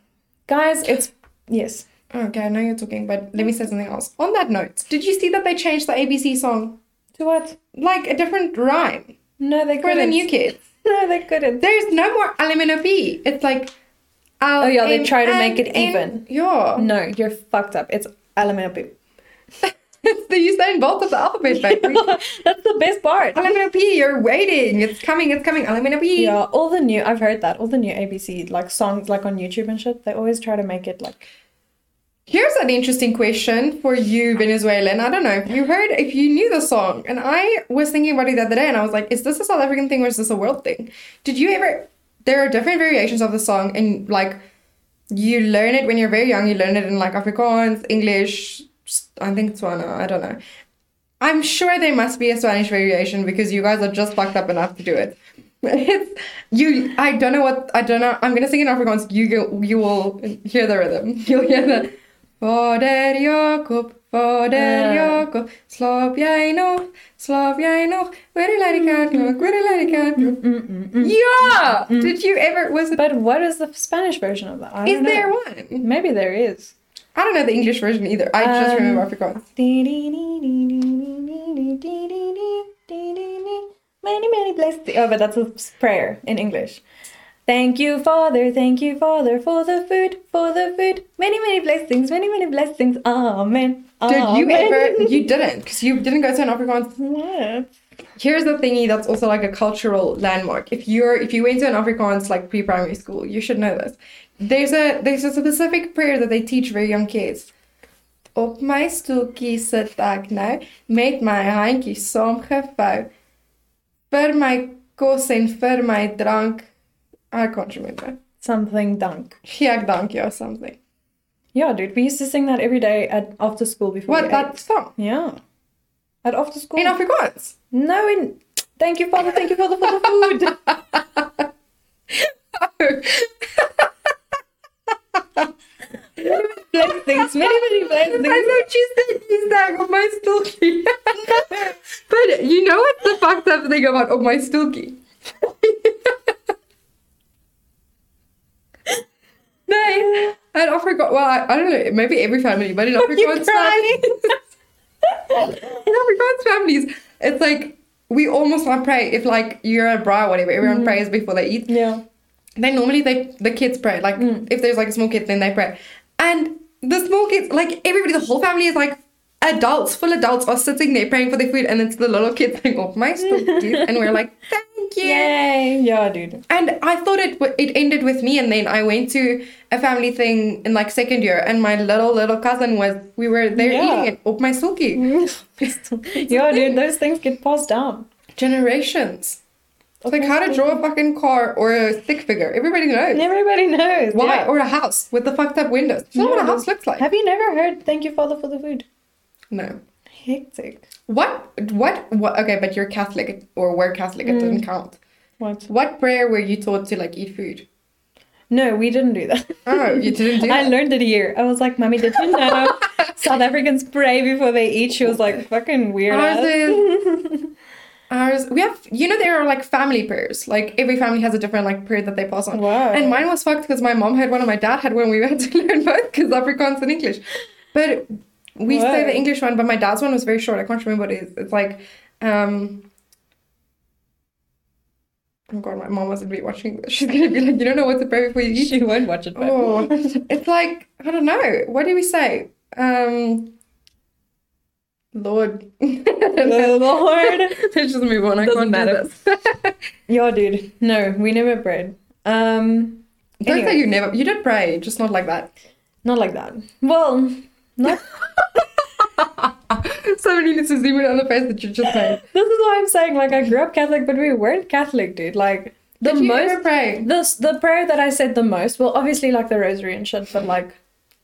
Speaker 1: guys, it's yes.
Speaker 2: Oh, Okay, I know you're talking, but let me say something else. On that note, did you see that they changed the ABC song?
Speaker 1: To what?
Speaker 2: Like a different rhyme
Speaker 1: No, they
Speaker 2: for
Speaker 1: couldn't.
Speaker 2: the new kids.
Speaker 1: No, they couldn't.
Speaker 2: There's no more LMNOP. It's like.
Speaker 1: Oh, yeah, they try to make it even.
Speaker 2: Yeah.
Speaker 1: No, you're fucked up. It's LMNOP.
Speaker 2: it's the Usain Bolt of the alphabet, baby.
Speaker 1: That's the best part.
Speaker 2: LMNOP, you're waiting. It's coming, it's coming. LMNOP.
Speaker 1: Yeah, all the new I've heard that all the new ABC like songs like on YouTube and shit. They always try to make it like
Speaker 2: Here's an interesting question for you, Venezuelan. I don't know if you heard, if you knew the song. And I was thinking about it the other day and I was like, is this a South African thing or is this a world thing? Did you ever, there are different variations of the song and like you learn it when you're very young. You learn it in like Afrikaans, English, I think Tswana, I don't know. I'm sure there must be a Spanish variation because you guys are just fucked up enough to do it. It's you. I don't know what I don't know. I'm gonna sing in Afrikaans. You go- you will hear the rhythm. You'll hear the. Vader Jacob, Vader
Speaker 1: Ah.
Speaker 2: Jacob, slaap jy nog, slaap jy nog, where did I go,
Speaker 1: Mm-hmm.
Speaker 2: where did I go? Yeah! Did you ever, was it,
Speaker 1: But what is the Spanish version of that? Mm-hmm. I
Speaker 2: is
Speaker 1: don't know.
Speaker 2: there one?
Speaker 1: Maybe there is.
Speaker 2: I don't know the English version either. I just
Speaker 1: Um,
Speaker 2: remember Afrikaans.
Speaker 1: Many, many blessed. Oh, but that's a s- prayer in English. Thank you, Father. Thank you, Father, for the food, for the food. Many, many blessings. Many, many blessings. Amen.
Speaker 2: Did you
Speaker 1: Amen.
Speaker 2: ever? You didn't, because you didn't go to an Afrikaans.
Speaker 1: What?
Speaker 2: Here's the thingy that's also like a cultural landmark. If you're if you went to an Afrikaans like pre-primary school, you should know this. There's a there's a specific prayer that they teach very young kids. Op my stoeltjie sit ek nou met my handjies saamgevou vir my kos en vir my drank. I can't remember.
Speaker 1: Something dunk.
Speaker 2: Gee ek dankie or something.
Speaker 1: Yeah, dude. We used to sing that every day at after school before.
Speaker 2: What
Speaker 1: we
Speaker 2: that
Speaker 1: ate.
Speaker 2: song?
Speaker 1: Yeah. At after school.
Speaker 2: In Afrikaans.
Speaker 1: No, in thank you, Father. Thank you, Father, for the food. blessings, many, many
Speaker 2: I
Speaker 1: blessings.
Speaker 2: thought you said he's like on my stilky. but you know what the fucked up thing about oh, on my stilky?
Speaker 1: Babe.
Speaker 2: And Africa, well, I, I don't know, maybe every family, but in
Speaker 1: you
Speaker 2: Afrikaans
Speaker 1: crying?
Speaker 2: families, in Afrikaans families, it's like we almost like pray if like you're a bra or whatever, everyone prays before they eat.
Speaker 1: Yeah.
Speaker 2: Then normally they the kids pray. Like
Speaker 1: Mm.
Speaker 2: if there's like a small kid, then they pray. And the small kids, like everybody, the whole family is like adults, full adults are sitting there praying for their food, and it's the little kid saying, "Oh my sweeties," and we're like, "Thank you."
Speaker 1: Yay. Yeah, dude.
Speaker 2: And I thought it w- it ended with me, and then I went to a family thing in like second year, and my little little cousin was we were there
Speaker 1: Yeah. Mm.
Speaker 2: eating it up my silky
Speaker 1: yeah, dude. Those things get passed down.
Speaker 2: generations. It's like
Speaker 1: Okay.
Speaker 2: how to draw a fucking car or a stick figure. Everybody knows
Speaker 1: Everybody knows.
Speaker 2: why,
Speaker 1: yeah.
Speaker 2: or a house with the fucked up windows. That's not what a
Speaker 1: Yeah.
Speaker 2: house looks like.
Speaker 1: Have you never heard "Thank you, Father, for the food"?
Speaker 2: no.
Speaker 1: Hectic.
Speaker 2: What what what? Okay, but you're Catholic or were Catholic. It doesn't count.
Speaker 1: What?
Speaker 2: What prayer were you taught to like eat food?
Speaker 1: No, we didn't do that.
Speaker 2: Oh, you didn't do
Speaker 1: I
Speaker 2: that.
Speaker 1: learned it here. I was like, "Mummy, did you know South Africans pray before they eat?" She was like, "Fucking weird."
Speaker 2: Ours
Speaker 1: ass."
Speaker 2: is- ours we have you know there are like family prayers. Like every family has a different like prayer that they pass on.
Speaker 1: Wow.
Speaker 2: And mine was fucked because my mom had one and my dad had one. We had to learn both because Afrikaans and English. But we
Speaker 1: Wow.
Speaker 2: say the English one, but my dad's one was very short. I can't remember what it is. It's like um Oh god, my mom wasn't be watching this. She's gonna be like, you don't know what to pray before you eat.
Speaker 1: She won't watch it. babe.
Speaker 2: Oh, it's like I don't know. What do we say? Um, Lord.
Speaker 1: Oh, Lord.
Speaker 2: Let's just move on. I
Speaker 1: Doesn't
Speaker 2: can't
Speaker 1: matter.
Speaker 2: do this.
Speaker 1: Yeah, dude. No, we never prayed. Um,
Speaker 2: Don't
Speaker 1: Anyway.
Speaker 2: say you never. You did pray, just not like that.
Speaker 1: not like that. Well, not.
Speaker 2: Somebody needs to zoom in on the face that you just made.
Speaker 1: this is why I'm saying like I grew up Catholic, but we weren't Catholic, dude. Like the
Speaker 2: Did you
Speaker 1: most
Speaker 2: ever pray?
Speaker 1: the the prayer that I said the most. Well, obviously like the rosary and shit, but like.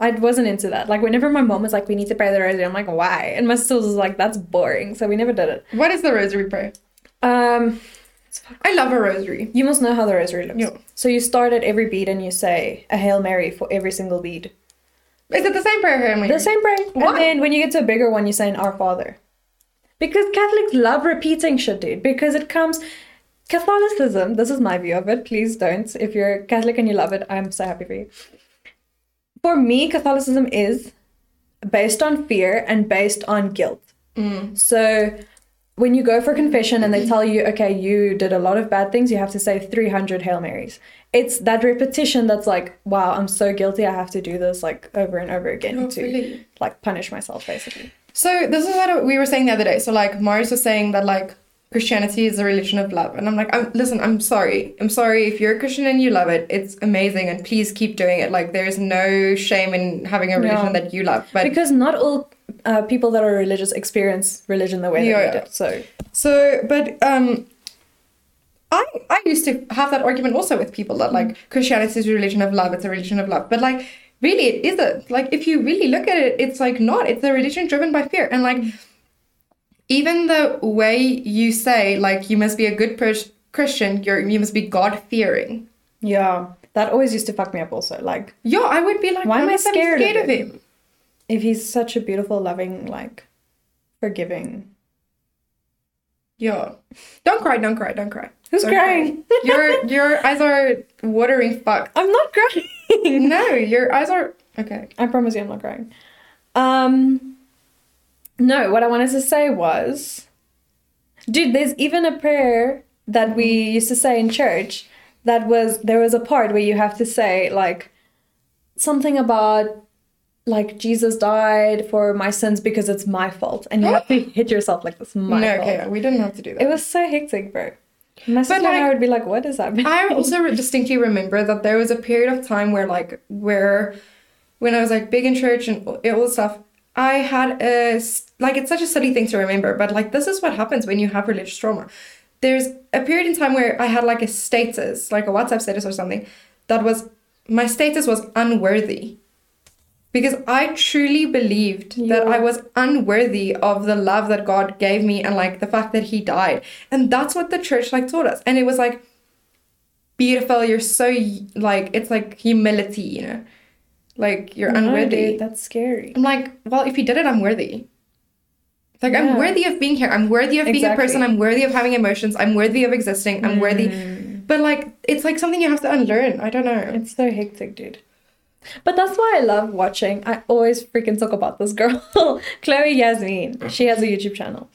Speaker 1: I wasn't into that. Like whenever my mom was like, "We need to pray the rosary," I'm like, "Why?" And my sister was like, "That's boring," so we never did it.
Speaker 2: What is the rosary prayer?
Speaker 1: Um,
Speaker 2: I love a rosary.
Speaker 1: you must know how the rosary looks.
Speaker 2: Yeah.
Speaker 1: So you start at every bead and you say a Hail Mary for every single bead.
Speaker 2: Is it the same prayer, Henry?
Speaker 1: The same prayer.
Speaker 2: Why?
Speaker 1: And then when you get to a bigger one, you say an Our Father. Because Catholics love repeating shit, dude. Because it comes. Catholicism, this is my view of it. Please don't. If you're Catholic and you love it, I'm so happy for you. For me, Catholicism is based on fear and based on guilt.
Speaker 2: Mm.
Speaker 1: So when you go for confession and they
Speaker 2: Mm-hmm.
Speaker 1: tell you, okay, you did a lot of bad things, you have to say 300 Hail Marys. It's that repetition that's like, wow, I'm so guilty. I have to do this like over and over again to
Speaker 2: Hopefully.
Speaker 1: like punish myself, basically.
Speaker 2: So this is what we were saying the other day. So like Marius was saying that like Christianity is a religion of love, and I'm like, I'm, listen, I'm sorry, I'm sorry if you're a Christian and you love it, it's amazing, and please keep doing it. Like there is no shame in having a religion
Speaker 1: No.
Speaker 2: that you love. But
Speaker 1: Because not all uh, people that are religious experience religion the way that
Speaker 2: Yeah,
Speaker 1: we
Speaker 2: yeah.
Speaker 1: did. So
Speaker 2: so, but um, I I used to have that argument also with people that
Speaker 1: Mm.
Speaker 2: like Christianity is a religion of love, it's a religion of love, but like really it isn't. Like if you really look at it, it's like not. It's a religion driven by fear, and like. even the way you say like you must be a good pers- christian you're, you must be god fearing
Speaker 1: yeah, that always used to fuck me up also. Like
Speaker 2: yeah i would be like
Speaker 1: Why am
Speaker 2: "No,
Speaker 1: I
Speaker 2: I'm
Speaker 1: scared of
Speaker 2: scared of
Speaker 1: it?"
Speaker 2: him
Speaker 1: if he's such a beautiful, loving, like forgiving.
Speaker 2: yeah don't cry don't cry don't cry
Speaker 1: Who's
Speaker 2: Don't
Speaker 1: crying?
Speaker 2: cry. your your eyes are watering fuck
Speaker 1: I'm not crying.
Speaker 2: no your eyes are okay
Speaker 1: I promise you I'm not crying. Um No, what I wanted to say was Dude, there's even a prayer that we used to say in church that was there was a part where you have to say like something about like Jesus died for my sins because it's my fault and you have to hit yourself like this my
Speaker 2: no
Speaker 1: fault.
Speaker 2: okay we didn't have to do that
Speaker 1: It was so hectic, bro. My sister and I
Speaker 2: like,
Speaker 1: would be like, what is that?
Speaker 2: I also re- distinctly remember that there was a period of time where, like, where when I was like big in church and all all this stuff, I had a s- like it's such a silly thing to remember, but like this is what happens when you have religious trauma. There's a period in time where I had like a status, like a WhatsApp status or something, that was my status was unworthy. Because I truly believed that
Speaker 1: Yeah.
Speaker 2: I was unworthy of the love that God gave me and like the fact that He died. And that's what the church like taught us. And it was like, beautiful. You're so like it's like humility, you know, like you're
Speaker 1: No,
Speaker 2: unworthy.
Speaker 1: dude, that's scary.
Speaker 2: I'm like, well, if you did it, I'm worthy. Like I'm
Speaker 1: Yeah.
Speaker 2: worthy of being here. I'm worthy of being
Speaker 1: Exactly.
Speaker 2: a person. I'm worthy of having emotions. I'm worthy of
Speaker 1: Mm.
Speaker 2: existing. I'm worthy. But like, it's like something you have to unlearn. I don't know.
Speaker 1: It's so hectic, dude. But that's why I love watching. I always freaking talk about this girl, Chloe Yasmin. She has a YouTube channel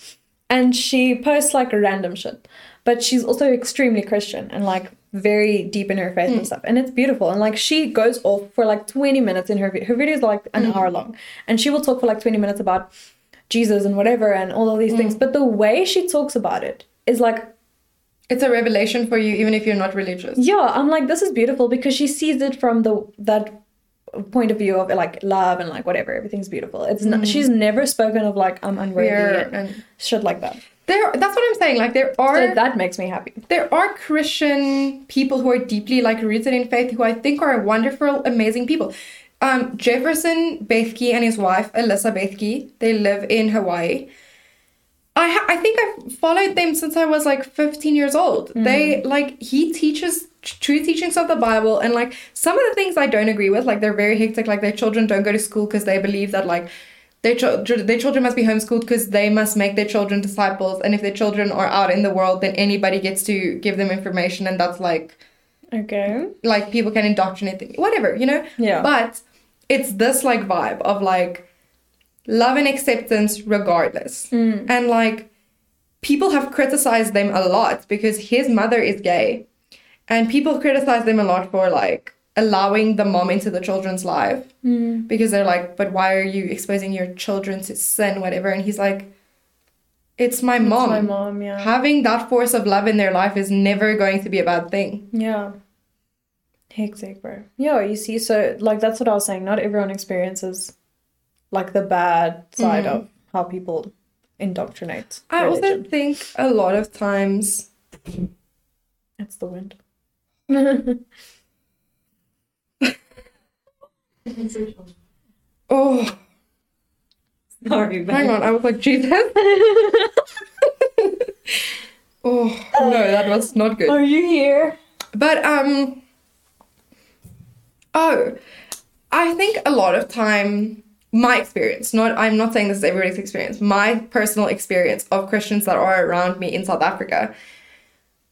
Speaker 1: and she posts like random shit. But she's also extremely Christian and like very deep in her faith and stuff. And it's beautiful. And like she goes off for like 20 minutes in her video. Her videos are like an hour long. And she will talk for like 20 minutes about Jesus and whatever and all of these things. But the way she talks about it is like
Speaker 2: It's a revelation for you, even if you're not religious.
Speaker 1: yeah i'm like this is beautiful because she sees it from the that point of view of like love and like whatever everything's beautiful it's not she's never spoken of like i'm unworthy
Speaker 2: Fear
Speaker 1: and,
Speaker 2: and-
Speaker 1: shit like that
Speaker 2: There, that's what I'm saying. Like there are
Speaker 1: so that makes me happy
Speaker 2: there are Christian people who are deeply like rooted in faith who I think are wonderful, amazing people. Um, Jefferson Bethke and his wife Alyssa Bethke, they live in Hawaii. I ha- I think I've followed them since I was like 15 years old. They like he teaches t- true teachings of the Bible and like some of the things I don't agree with. Like they're very hectic. Like their children don't go to school because they believe that like their children their children must be homeschooled because they must make their children disciples. And if their children are out in the world, then anybody gets to give them information, and that's like
Speaker 1: okay
Speaker 2: like people can indoctrinate them, whatever, you know?
Speaker 1: Yeah.
Speaker 2: But it's this like vibe of like love and acceptance regardless. And like people have criticized them a lot because his mother is gay. And people criticize them a lot for like allowing the mom into the children's life
Speaker 1: Mm.
Speaker 2: because they're like, but why are you exposing your children to sin, whatever? And he's like, it's my mom.
Speaker 1: my mom yeah
Speaker 2: Having that force of love in their life is never going to be a bad thing.
Speaker 1: yeah hectic bro yeah you see so like that's what i was saying not everyone experiences like the bad side of how people indoctrinate
Speaker 2: I also
Speaker 1: religion.
Speaker 2: think a lot of times
Speaker 1: it's the wind
Speaker 2: oh
Speaker 1: sorry
Speaker 2: hang on, I was like Jesus. oh no, that was not good.
Speaker 1: are you here
Speaker 2: But um oh I think a lot of time my experience, not I'm not saying this is everybody's experience, my personal experience of Christians that are around me in South Africa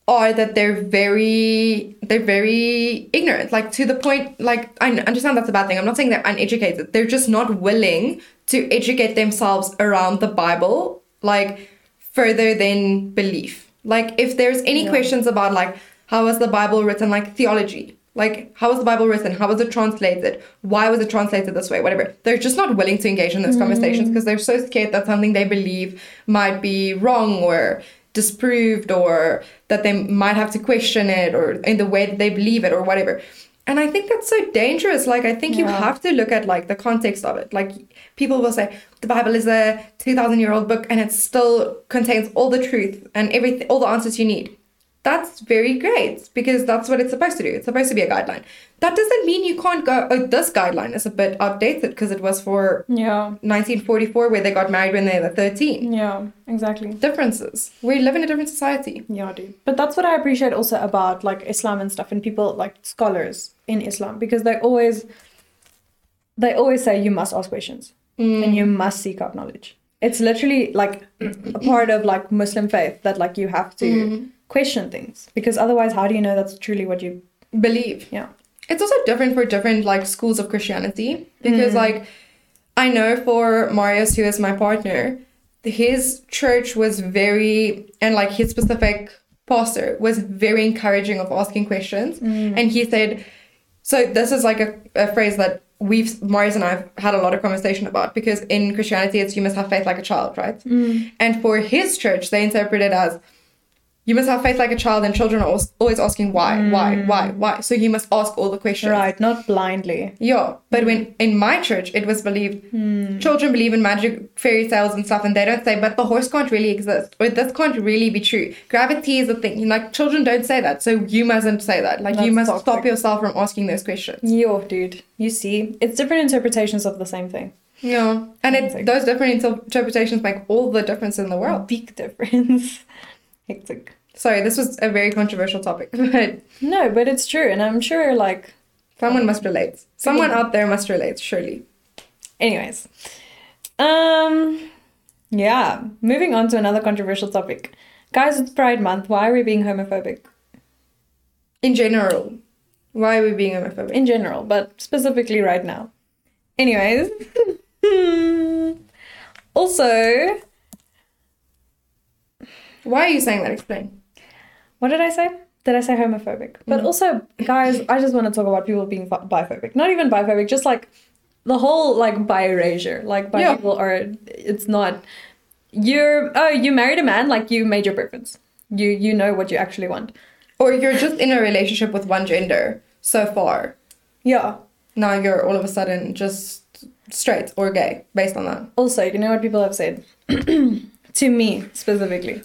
Speaker 2: are that they're very they're very ignorant like to the point like i n- understand that's a bad thing i'm not saying they're uneducated they're just not willing to educate themselves around the bible like further than belief like if there's any questions about like how was the bible written like theology like how was the bible written how was it translated why was it translated this way whatever they're just not willing to engage in those conversations because they're so scared that something they believe might be wrong or disproved or that they might have to question it or in the way that they believe it or whatever. And I think that's so dangerous. Like I think you
Speaker 1: Yeah.
Speaker 2: have to look at like the context of it. Like people will say the Bible is a 2000 year old book and it still contains all the truth and everything all the answers you need. That's very great because that's what it's supposed to do. It's supposed to be a guideline. That doesn't mean you can't go oh this guideline is a bit outdated because it was for
Speaker 1: yeah
Speaker 2: 1944 where they got married when they were 13.
Speaker 1: Yeah, exactly.
Speaker 2: Differences. We live in a different society.
Speaker 1: Yeah, dude. But that's what I appreciate also about like Islam and stuff and people like scholars in Islam because they always they always say you must ask questions and you must seek out knowledge. It's literally like a part of like Muslim faith that like you have to question things because otherwise how do you know that's truly what you
Speaker 2: believe.
Speaker 1: yeah.
Speaker 2: It's also different for different like schools of Christianity because like I know for Marius who is my partner, his church was very and like his specific pastor was very encouraging of asking questions and he said so this is like a, a phrase that we've Marius and I've had a lot of conversation about because in Christianity it's you must have faith like a child, right? And for his church they interpret it as you must have faith like a child, and children are als- always asking why, why, why, why. So you must ask all the questions.
Speaker 1: Right, not blindly.
Speaker 2: Yeah, but
Speaker 1: Hmm.
Speaker 2: when in my church, it was believed children believe in magic, fairy tales, and stuff, and they don't say, but the horse can't really exist, or this can't really be true. Gravity is a thing. You know, Like, children don't say that, so you mustn't say that. Like, you
Speaker 1: That's
Speaker 2: must
Speaker 1: toxic.
Speaker 2: stop yourself from asking those questions.
Speaker 1: Yo, dude. You see, it's different interpretations of the same thing.
Speaker 2: Yeah. And
Speaker 1: Amazing.
Speaker 2: it, those different inter- interpretations make all the difference in the world.
Speaker 1: Big difference. Hectic.
Speaker 2: Sorry, this was a very controversial topic, but
Speaker 1: No, but it's true, and I'm sure like
Speaker 2: someone must relate. Someone out there must relate, surely.
Speaker 1: Anyways, um, yeah, moving on to another controversial topic. Guys, it's Pride Month. Why are we being homophobic?
Speaker 2: in general Why are we being homophobic?
Speaker 1: in general, but specifically right now. Anyways. also,
Speaker 2: Why are you saying that? Explain.
Speaker 1: what did I say? Did I say homophobic? But also, guys, I just want to talk about people being bi- biphobic. Not even biphobic, just like the whole like bi erasure. Like bi
Speaker 2: Yeah.
Speaker 1: people are it's not you're oh, you married a man, like you made your preference. You you know what you actually want.
Speaker 2: Or you're just in a relationship with one gender so far.
Speaker 1: Yeah.
Speaker 2: Now you're all of a sudden just straight or gay based on that.
Speaker 1: Also, you know what people have said to me specifically.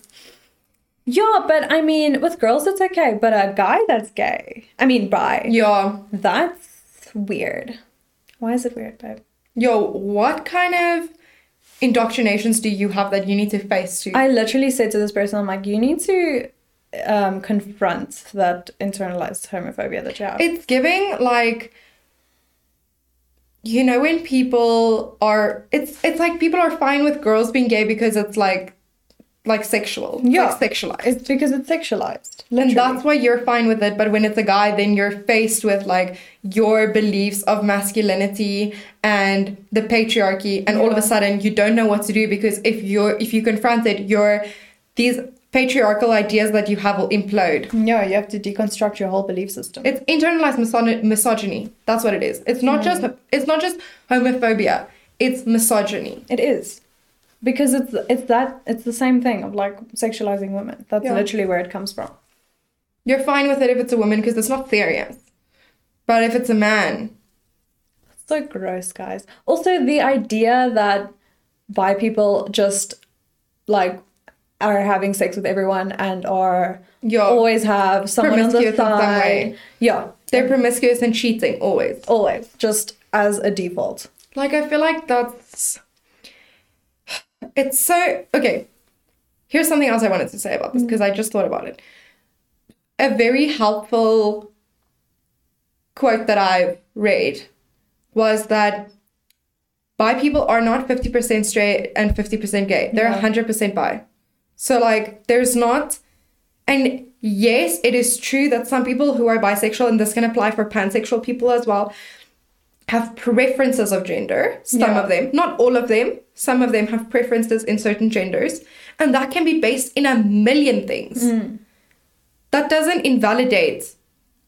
Speaker 1: Yeah, but I mean, with girls it's okay, but a guy that's gay, I mean, bi,
Speaker 2: Yeah.
Speaker 1: that's weird. Why is it weird, babe?
Speaker 2: Yo, what kind of indoctrinations do you have that you need to face to?
Speaker 1: I literally said to this person, I'm like, you need to um, confront that internalized homophobia that you have.
Speaker 2: It's giving like you know when people are it's it's like people are fine with girls being gay because it's like like sexual. It's,
Speaker 1: Yeah.
Speaker 2: like sexualized.
Speaker 1: it's because it's sexualized.
Speaker 2: and
Speaker 1: Literally.
Speaker 2: that's why you're fine with it, but when it's a guy, then you're faced with like your beliefs of masculinity and the patriarchy, and all of a sudden you don't know what to do because if you're if you confront it, your these patriarchal ideas that you have will implode.
Speaker 1: yeah, you have to deconstruct your whole belief system.
Speaker 2: It's internalized misogy- misogyny. That's what it is. It's not just it's not just homophobia. It's misogyny.
Speaker 1: It is. Because it's it's that it's the same thing of like sexualizing women. That's
Speaker 2: Yeah.
Speaker 1: literally where it comes from.
Speaker 2: You're fine with it if it's a woman because it's not serious, but if it's a man,
Speaker 1: So gross, guys. Also the idea that bi people just like are having sex with everyone and are
Speaker 2: Yeah.
Speaker 1: always have someone on the
Speaker 2: Promiscuous in some
Speaker 1: side.
Speaker 2: way.
Speaker 1: Yeah.
Speaker 2: they're promiscuous and cheating always.
Speaker 1: Always. Just as a default.
Speaker 2: Like I feel like that's it's so okay. Here's something else I wanted to say about this because I just thought about it. A very helpful quote that I read was that bi people are not 50% straight and 50% gay. They're 100% bi. So like there's not and yes, it is true that some people who are bisexual and this can apply for pansexual people as well have preferences of gender. Some
Speaker 1: Yeah.
Speaker 2: of them, not all of them, some of them have preferences in certain genders, and that can be based in a million things. That doesn't invalidate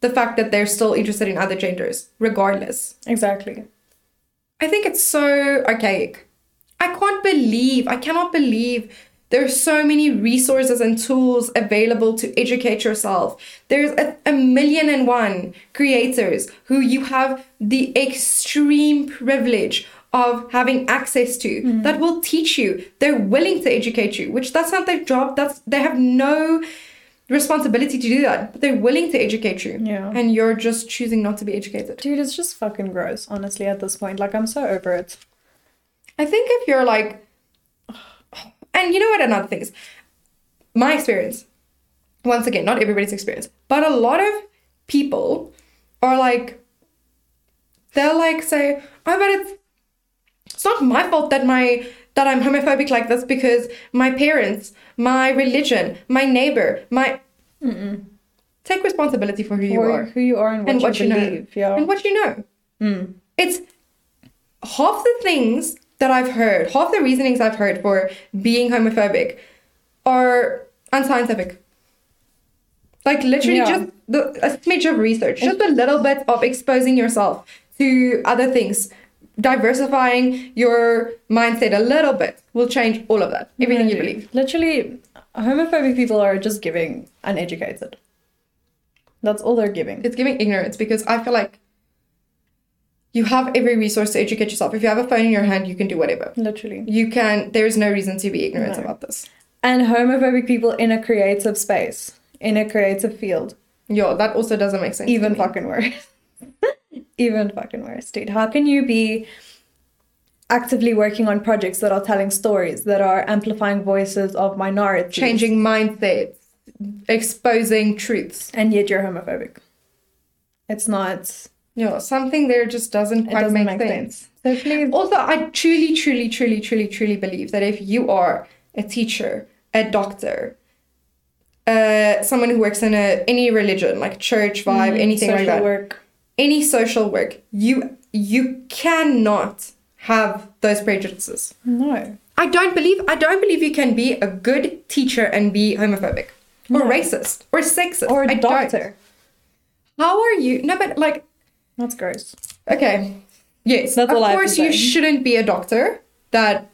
Speaker 2: the fact that they're still interested in other genders, regardless.
Speaker 1: Exactly.
Speaker 2: I think it's so archaic. I can't believe, I cannot believe there are so many resources and tools available to educate yourself. There's a, a million and one creators who you have the extreme privilege of having access to that will teach you. They're willing to educate you, which that's not their job. That's they have no responsibility to do that. But they're willing to educate you.
Speaker 1: Yeah.
Speaker 2: And you're just choosing not to be educated.
Speaker 1: Dude, it's just fucking gross, honestly, at this point. Like I'm so over it.
Speaker 2: I think if you're like, and you know what another thing is, my experience, once again, not everybody's experience, but a lot of people are like, they'll like say, oh, but it's it's not my fault that my that I'm homophobic like this because my parents, my religion, my neighbor, my take responsibility for who you
Speaker 1: Or
Speaker 2: are
Speaker 1: who you are and what,
Speaker 2: and what
Speaker 1: you,
Speaker 2: you know.
Speaker 1: believe. Yeah. Hmm.
Speaker 2: And what you know. It's half the things that I've heard, half the reasonings I've heard for being homophobic are unscientific. Like literally
Speaker 1: Yeah.
Speaker 2: just the, a smidge of research, just a little bit of exposing yourself to other things, diversifying your mindset a little bit will change all of that, everything you believe.
Speaker 1: Literally, homophobic people are just giving uneducated. That's all they're giving.
Speaker 2: it's giving ignorance because I feel like you have every resource to educate yourself. If you have a phone in your hand, you can do whatever.
Speaker 1: Literally.
Speaker 2: You can. There is no reason to be ignorant
Speaker 1: No.
Speaker 2: about this.
Speaker 1: And homophobic people in a creative space, in a creative field.
Speaker 2: Yo, that also doesn't make sense. to
Speaker 1: Even
Speaker 2: me.
Speaker 1: fucking worse. Even fucking worse, dude. How can you be actively working on projects that are telling stories, that are amplifying voices of minorities,
Speaker 2: changing mindsets, exposing truths.
Speaker 1: and yet you're homophobic? It's not.
Speaker 2: Yo, something there just doesn't
Speaker 1: It
Speaker 2: quite
Speaker 1: doesn't
Speaker 2: make,
Speaker 1: make
Speaker 2: sense.
Speaker 1: sense. So please.
Speaker 2: Also, I truly, truly, truly, truly, truly believe that if you are a teacher, a doctor, uh, someone who works in a any religion, like church vibe, anything
Speaker 1: Mm, Social
Speaker 2: like that,
Speaker 1: work.
Speaker 2: any social work, you you cannot have those prejudices.
Speaker 1: No.
Speaker 2: I don't believe I don't believe you can be a good teacher and be homophobic or racist or sexist
Speaker 1: Or a
Speaker 2: I don't.
Speaker 1: doctor.
Speaker 2: How are you? No, but like
Speaker 1: That's gross.
Speaker 2: Okay. Yes.
Speaker 1: That's
Speaker 2: of
Speaker 1: all I have to
Speaker 2: course, you
Speaker 1: say.
Speaker 2: shouldn't be a doctor that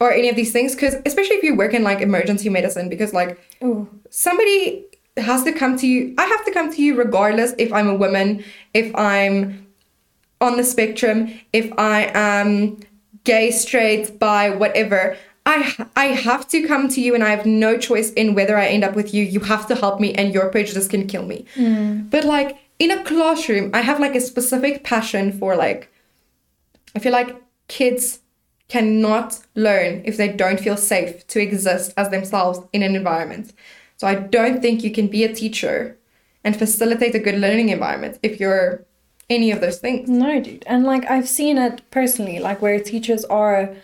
Speaker 2: or any of these things because especially if you work in like emergency medicine because like
Speaker 1: Ooh.
Speaker 2: somebody has to come to you. I have to come to you regardless if I'm a woman, if I'm on the spectrum, if I am gay, straight, bi, whatever. I I have to come to you and I have no choice in whether I end up with you. You have to help me and your prejudice can kill me. But like in a classroom, I have like a specific passion for like I feel like kids cannot learn if they don't feel safe to exist as themselves in an environment. So I don't think you can be a teacher and facilitate a good learning environment if you're any of those things.
Speaker 1: No, dude. And like I've seen it personally, like where teachers are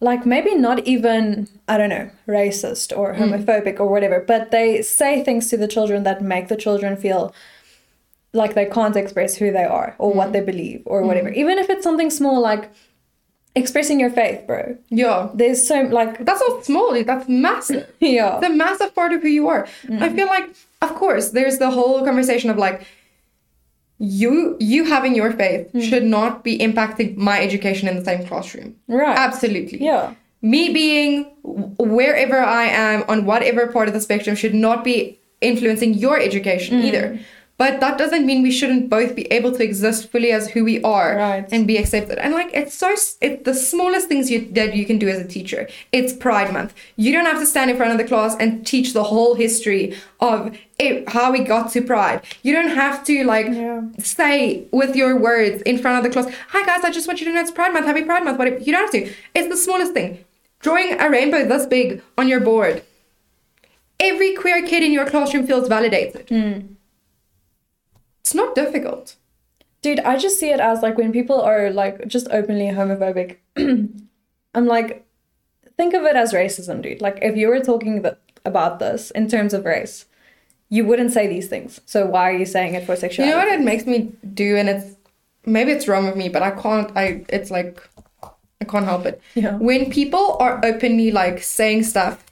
Speaker 1: like maybe not even, I don't know, racist or homophobic or whatever, but they say things to the children that make the children feel like they can't express who they are or what they believe or whatever. Even if it's something small like expressing your faith, bro.
Speaker 2: Yeah.
Speaker 1: There's so like
Speaker 2: That's not small, that's massive.
Speaker 1: yeah.
Speaker 2: the massive part of who you are. I
Speaker 1: Mm.
Speaker 2: feel like, of course, there's the whole conversation of like, you you having your faith
Speaker 1: Mm.
Speaker 2: should not be impacting my education in the same classroom.
Speaker 1: Right.
Speaker 2: Absolutely.
Speaker 1: Yeah.
Speaker 2: Me being wh- wherever I am on whatever part of the spectrum should not be influencing your education either. But that doesn't mean we shouldn't both be able to exist fully as who we are
Speaker 1: Right.
Speaker 2: and be accepted. And like it's so s- it's the smallest things you that you can do as a teacher. It's Pride Month. You don't have to stand in front of the class and teach the whole history of it, how we got to Pride. You don't have to like
Speaker 1: Yeah.
Speaker 2: say with your words in front of the class, "Hi guys, I just want you to know it's Pride Month. Happy Pride Month." Whatever. You don't have to. It's the smallest thing. Drawing a rainbow this big on your board. Every queer kid in your classroom feels validated. It's not difficult.
Speaker 1: Dude, I just see it as like when people are like just openly homophobic, I'm like, think of it as racism, dude. Like, if you were talking th- about this in terms of race, you wouldn't say these things. So, why are you saying it for
Speaker 2: You
Speaker 1: sexuality?
Speaker 2: know what it makes me do, and it's maybe it's wrong of me, but I can't. I it's like I can't help it.
Speaker 1: Yeah.
Speaker 2: When people are openly like saying stuff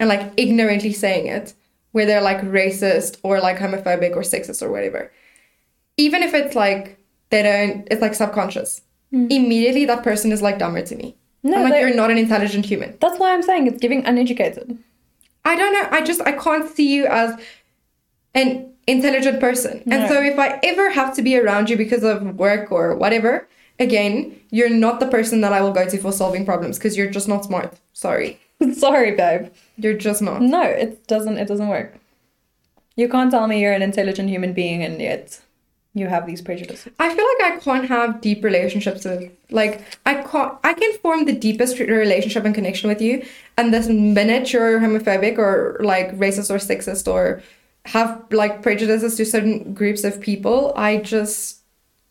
Speaker 2: and like ignorantly saying it, where they're like racist or like homophobic or sexist or whatever, even if it's like they don't, it's like subconscious. Immediately, that person is like dumber to me.
Speaker 1: Hmm. No,
Speaker 2: I'm like
Speaker 1: they-
Speaker 2: you're not an intelligent human.
Speaker 1: That's why I'm saying it's giving uneducated.
Speaker 2: I don't know. I just I can't see you as an intelligent person.
Speaker 1: No.
Speaker 2: And so if I ever have to be around you because of work or whatever, again, you're not the person that I will go to for solving problems because you're just not smart. Sorry.
Speaker 1: Sorry, babe.
Speaker 2: You're just not.
Speaker 1: No, it doesn't. It doesn't work. You can't tell me you're an intelligent human being and yet you have these prejudices.
Speaker 2: I feel like I can't have deep relationships with like I can't I can form the deepest re- relationship and connection with you and this minute you're homophobic or like racist or sexist or have like prejudices to certain groups of people, I just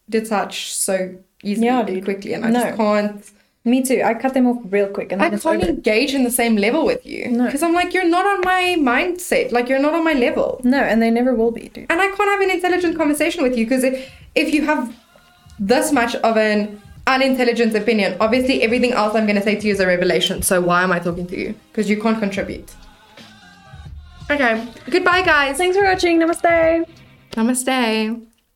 Speaker 2: detach so easily
Speaker 1: Yeah,
Speaker 2: and
Speaker 1: dude.
Speaker 2: quickly and I
Speaker 1: No.
Speaker 2: just can't
Speaker 1: Me too. I cut them off real quick and
Speaker 2: I
Speaker 1: then it's
Speaker 2: can't
Speaker 1: over.
Speaker 2: engage in the same level with you.
Speaker 1: No.
Speaker 2: Because I'm like, you're not on my mindset. Like you're not on my level
Speaker 1: No, and they never will be, dude.
Speaker 2: and I can't have an intelligent conversation with you because if if you have this much of an unintelligent opinion, obviously everything else I'm going to say to you is a revelation. So why am I talking to you? Because you can't contribute. Okay. Goodbye, guys.
Speaker 1: Thanks for watching. Namaste.
Speaker 2: Namaste.